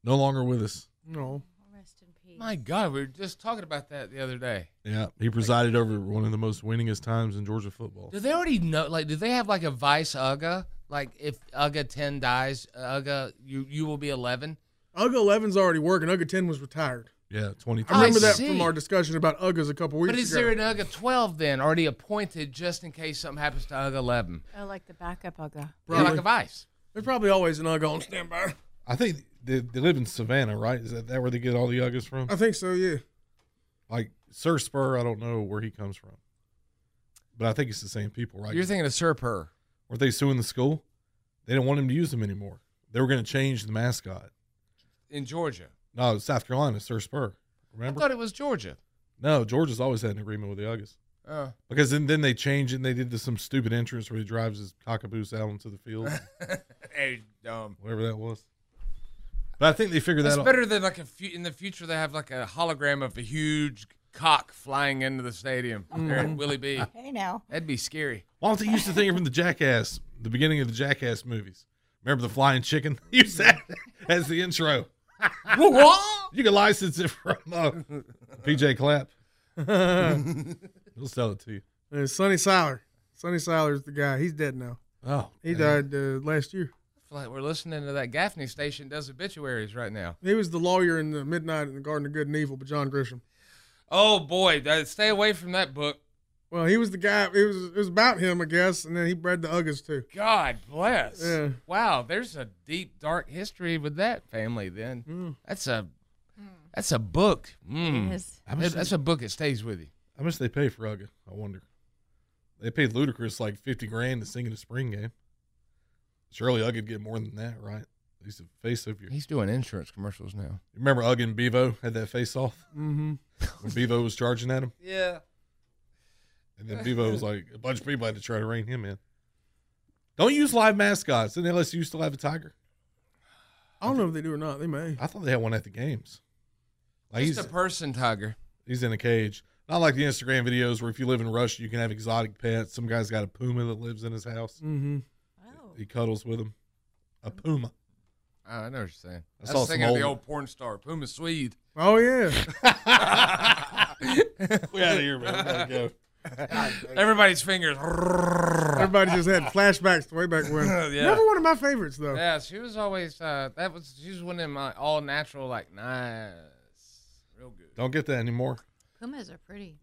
[SPEAKER 4] No longer with us.
[SPEAKER 5] No.
[SPEAKER 6] Rest in peace.
[SPEAKER 3] My God, we were just talking about that the other day.
[SPEAKER 4] Yeah, he presided over one of the most winningest times in Georgia football.
[SPEAKER 3] Do they already know? Like, do they have like a vice Uga? Like, if Uga ten dies, Uga you you will be eleven.
[SPEAKER 5] Ugga Eleven's already working. Ugga Ten was retired.
[SPEAKER 4] Yeah, 23.
[SPEAKER 5] I remember
[SPEAKER 3] I
[SPEAKER 5] that
[SPEAKER 3] see.
[SPEAKER 5] from our discussion about Uggas a couple weeks
[SPEAKER 3] But is
[SPEAKER 5] ago.
[SPEAKER 3] there an UGA 12 then already appointed just in case something happens to UGA 11?
[SPEAKER 6] Oh, like the backup Ugga.
[SPEAKER 3] Yeah, like a vice.
[SPEAKER 5] There's probably always an Ugga on standby.
[SPEAKER 4] I think they, they live in Savannah, right? Is that, that where they get all the Uggas from?
[SPEAKER 5] I think so. Yeah.
[SPEAKER 4] Like Sir Spur, I don't know where he comes from, but I think it's the same people, right?
[SPEAKER 3] You're thinking of Serper.
[SPEAKER 4] Weren't they suing the school? They didn't want him to use them anymore. They were going to change the mascot.
[SPEAKER 3] in Georgia.
[SPEAKER 4] No, it was South Carolina, Sir Spur. Remember?
[SPEAKER 3] I thought it was Georgia.
[SPEAKER 4] No, Georgia's always had an agreement with the Uggies.
[SPEAKER 3] Oh.
[SPEAKER 4] Because then, then they changed it and they did this, some stupid entrance where he drives his cockaboose out onto the field,
[SPEAKER 3] Hey, dumb.
[SPEAKER 4] whatever that was. But I think they figured
[SPEAKER 3] That's
[SPEAKER 4] that
[SPEAKER 3] better than like a few, in the future they have like a hologram of a huge cock flying into the stadium. There at
[SPEAKER 4] Mhm.
[SPEAKER 3] Willie B.
[SPEAKER 6] Hey now.
[SPEAKER 3] That'd be scary.
[SPEAKER 4] Why don't they use the thing from the Jackass, the beginning of the Jackass movies? Remember the flying chicken? Use that as the intro. you can license it from uh, PJ Clapp. He'll sell it to you.
[SPEAKER 5] And Sonny Siler. Sonny Siler's the guy. He's dead now.
[SPEAKER 4] Oh,
[SPEAKER 5] he
[SPEAKER 3] damn.
[SPEAKER 5] died uh, last year.
[SPEAKER 3] I feel like we're listening to that Gaffney station does obituaries right now.
[SPEAKER 5] He was the lawyer in the Midnight in the Garden of Good and Evil, but John Grisham.
[SPEAKER 3] Oh boy, that, stay away from that book.
[SPEAKER 5] Well, he was the guy. It was it was about him, I guess, and then he bred the Uggas too.
[SPEAKER 3] God bless.
[SPEAKER 5] Yeah.
[SPEAKER 3] Wow, there's a deep dark history with that family. Then that's a that's a book. Mm.
[SPEAKER 4] Hmm. It is.
[SPEAKER 3] That- That's a book that stays with you.
[SPEAKER 4] How much they pay for Ugga? I wonder. They paid Ludacris like fifty grand to sing in a spring game. Surely Ugga'd get more than that, right? He's the face of your.
[SPEAKER 3] He's doing insurance commercials now.
[SPEAKER 4] Remember Ugga and Bevo had that face off
[SPEAKER 5] Mm-hmm.
[SPEAKER 4] when Bevo was charging at him,
[SPEAKER 3] Yeah.
[SPEAKER 4] and then Bevo was like, a bunch of people had to try to rein him in. Don't use live mascots. Didn't LSU still have a tiger?
[SPEAKER 5] I don't know if they do or not. They may.
[SPEAKER 4] I thought they had one at the games. Like
[SPEAKER 3] Just
[SPEAKER 4] he's
[SPEAKER 3] a person tiger.
[SPEAKER 4] he's in a cage. Not like the Instagram videos where if you live in Russia, you can have exotic pets. Some guy's got a puma that lives in his house.
[SPEAKER 5] Mm-hmm.
[SPEAKER 4] He cuddles with him. A puma.
[SPEAKER 3] Oh, I know what you're saying.
[SPEAKER 4] I
[SPEAKER 3] I,
[SPEAKER 4] saw
[SPEAKER 3] was
[SPEAKER 4] some
[SPEAKER 3] thinking of the
[SPEAKER 4] old-
[SPEAKER 3] old porn star Puma Swede.
[SPEAKER 5] Oh yeah.
[SPEAKER 4] We outta here, man. We gotta go.
[SPEAKER 3] Everybody's fingers.
[SPEAKER 5] Everybody just had flashbacks to way back when.
[SPEAKER 3] Yeah.
[SPEAKER 5] Never one of my favorites though.
[SPEAKER 3] Yeah, she was always uh, that was she was one of them uh, all natural like nice, real good.
[SPEAKER 4] Don't get that anymore.
[SPEAKER 6] Pumas are pretty.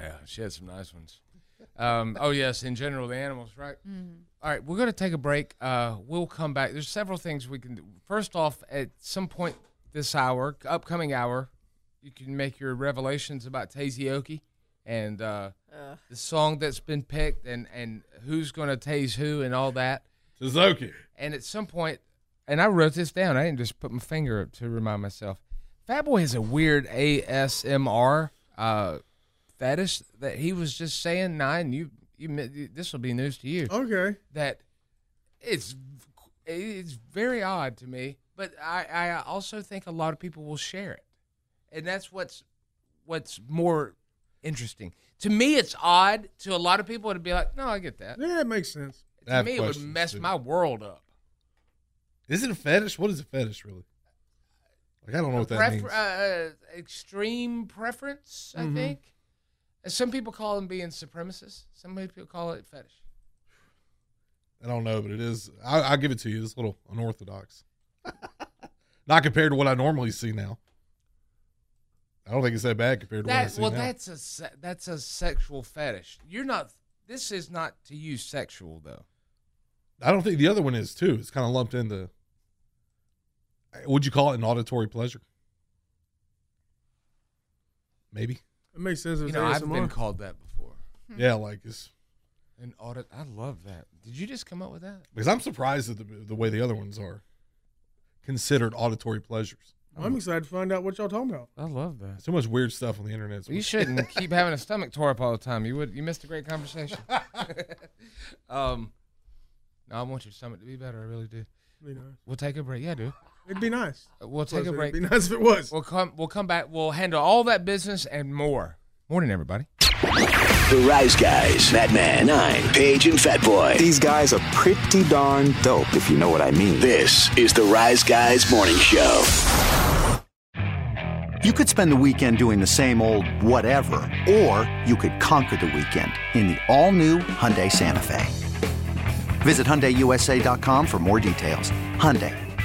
[SPEAKER 3] Yeah, she had some nice ones. Um, oh yes, in general the animals, right?
[SPEAKER 6] Mhm.
[SPEAKER 3] All right, we're gonna take a break. Uh, we'll come back. There's several things we can do. First off, at some point this hour, upcoming hour, you can make your revelations about Tazeoki and uh,
[SPEAKER 6] Ugh.
[SPEAKER 3] the song that's been picked and and who's gonna tase who and all that.
[SPEAKER 4] Suzuki.
[SPEAKER 3] And at some point, and I wrote this down. I didn't just put my finger up to remind myself. Fat Boy has a weird ASMR uh, fetish that he was just saying. Nine, you, you, mi- this will be news to you.
[SPEAKER 4] Oh.
[SPEAKER 5] Okay.
[SPEAKER 3] That it's it's very odd to me, but I, I also think a lot of people will share it, and that's what's what's more interesting to me. It's odd to a lot of people to be like, no, I get that.
[SPEAKER 5] Yeah, it makes sense.
[SPEAKER 4] I
[SPEAKER 3] To
[SPEAKER 4] have
[SPEAKER 3] me, it would
[SPEAKER 4] questions,
[SPEAKER 3] mess
[SPEAKER 4] too.
[SPEAKER 3] my world up.
[SPEAKER 4] Is it a fetish? What is a fetish really? Like I don't know what that
[SPEAKER 3] Pref-
[SPEAKER 4] means.
[SPEAKER 3] uh, uh, extreme preference, I
[SPEAKER 4] Mhm.
[SPEAKER 3] think. Uh, Some people call them being supremacists. Some people call it fetish.
[SPEAKER 4] I don't know, but it is. I, I'll give it to you. It's a little unorthodox. Not compared to what I normally see now. I don't think it's that bad compared to what I
[SPEAKER 3] That,
[SPEAKER 4] see
[SPEAKER 3] well,
[SPEAKER 4] now.
[SPEAKER 3] that's a se- that's a sexual fetish. You're not. This is not to you sexual though.
[SPEAKER 4] I don't think the other one is too. It's kind of lumped into. Would you call it an auditory pleasure? Maybe.
[SPEAKER 5] It makes sense. If
[SPEAKER 3] You
[SPEAKER 5] it's
[SPEAKER 3] know, I've
[SPEAKER 5] ASMR.
[SPEAKER 3] been called that before.
[SPEAKER 4] Yeah, like it's
[SPEAKER 3] An audit. I love that. Did you just come up with that?
[SPEAKER 4] because I'm surprised at the, the way the other ones are considered auditory pleasures.
[SPEAKER 5] Well, I'm excited to find out what y'all talking about.
[SPEAKER 3] I love that.
[SPEAKER 4] So much weird stuff on the internet.
[SPEAKER 3] Well, you shouldn't keep having a stomach tore up all the time. You would. You missed a great conversation. um, no, I want your stomach to be better. I really do.
[SPEAKER 5] Be nice.
[SPEAKER 3] We'll take a break. Yeah, I do.
[SPEAKER 5] It'd be nice.
[SPEAKER 3] We'll take a
[SPEAKER 5] It'd
[SPEAKER 3] break.
[SPEAKER 5] Be nice if it was.
[SPEAKER 3] We'll come. We'll come back. We'll handle all that business and more. Morning, everybody.
[SPEAKER 17] The Rise Guys, Madman 9, Page, and Fatboy. These guys are pretty darn dope, if you know what I mean. This is the Rise Guys Morning Show.
[SPEAKER 1] You could spend the weekend doing the same old whatever, or you could conquer the weekend in the all-new Hyundai Santa Fe. Visit HyundaiUSA.com for more details. Hyundai,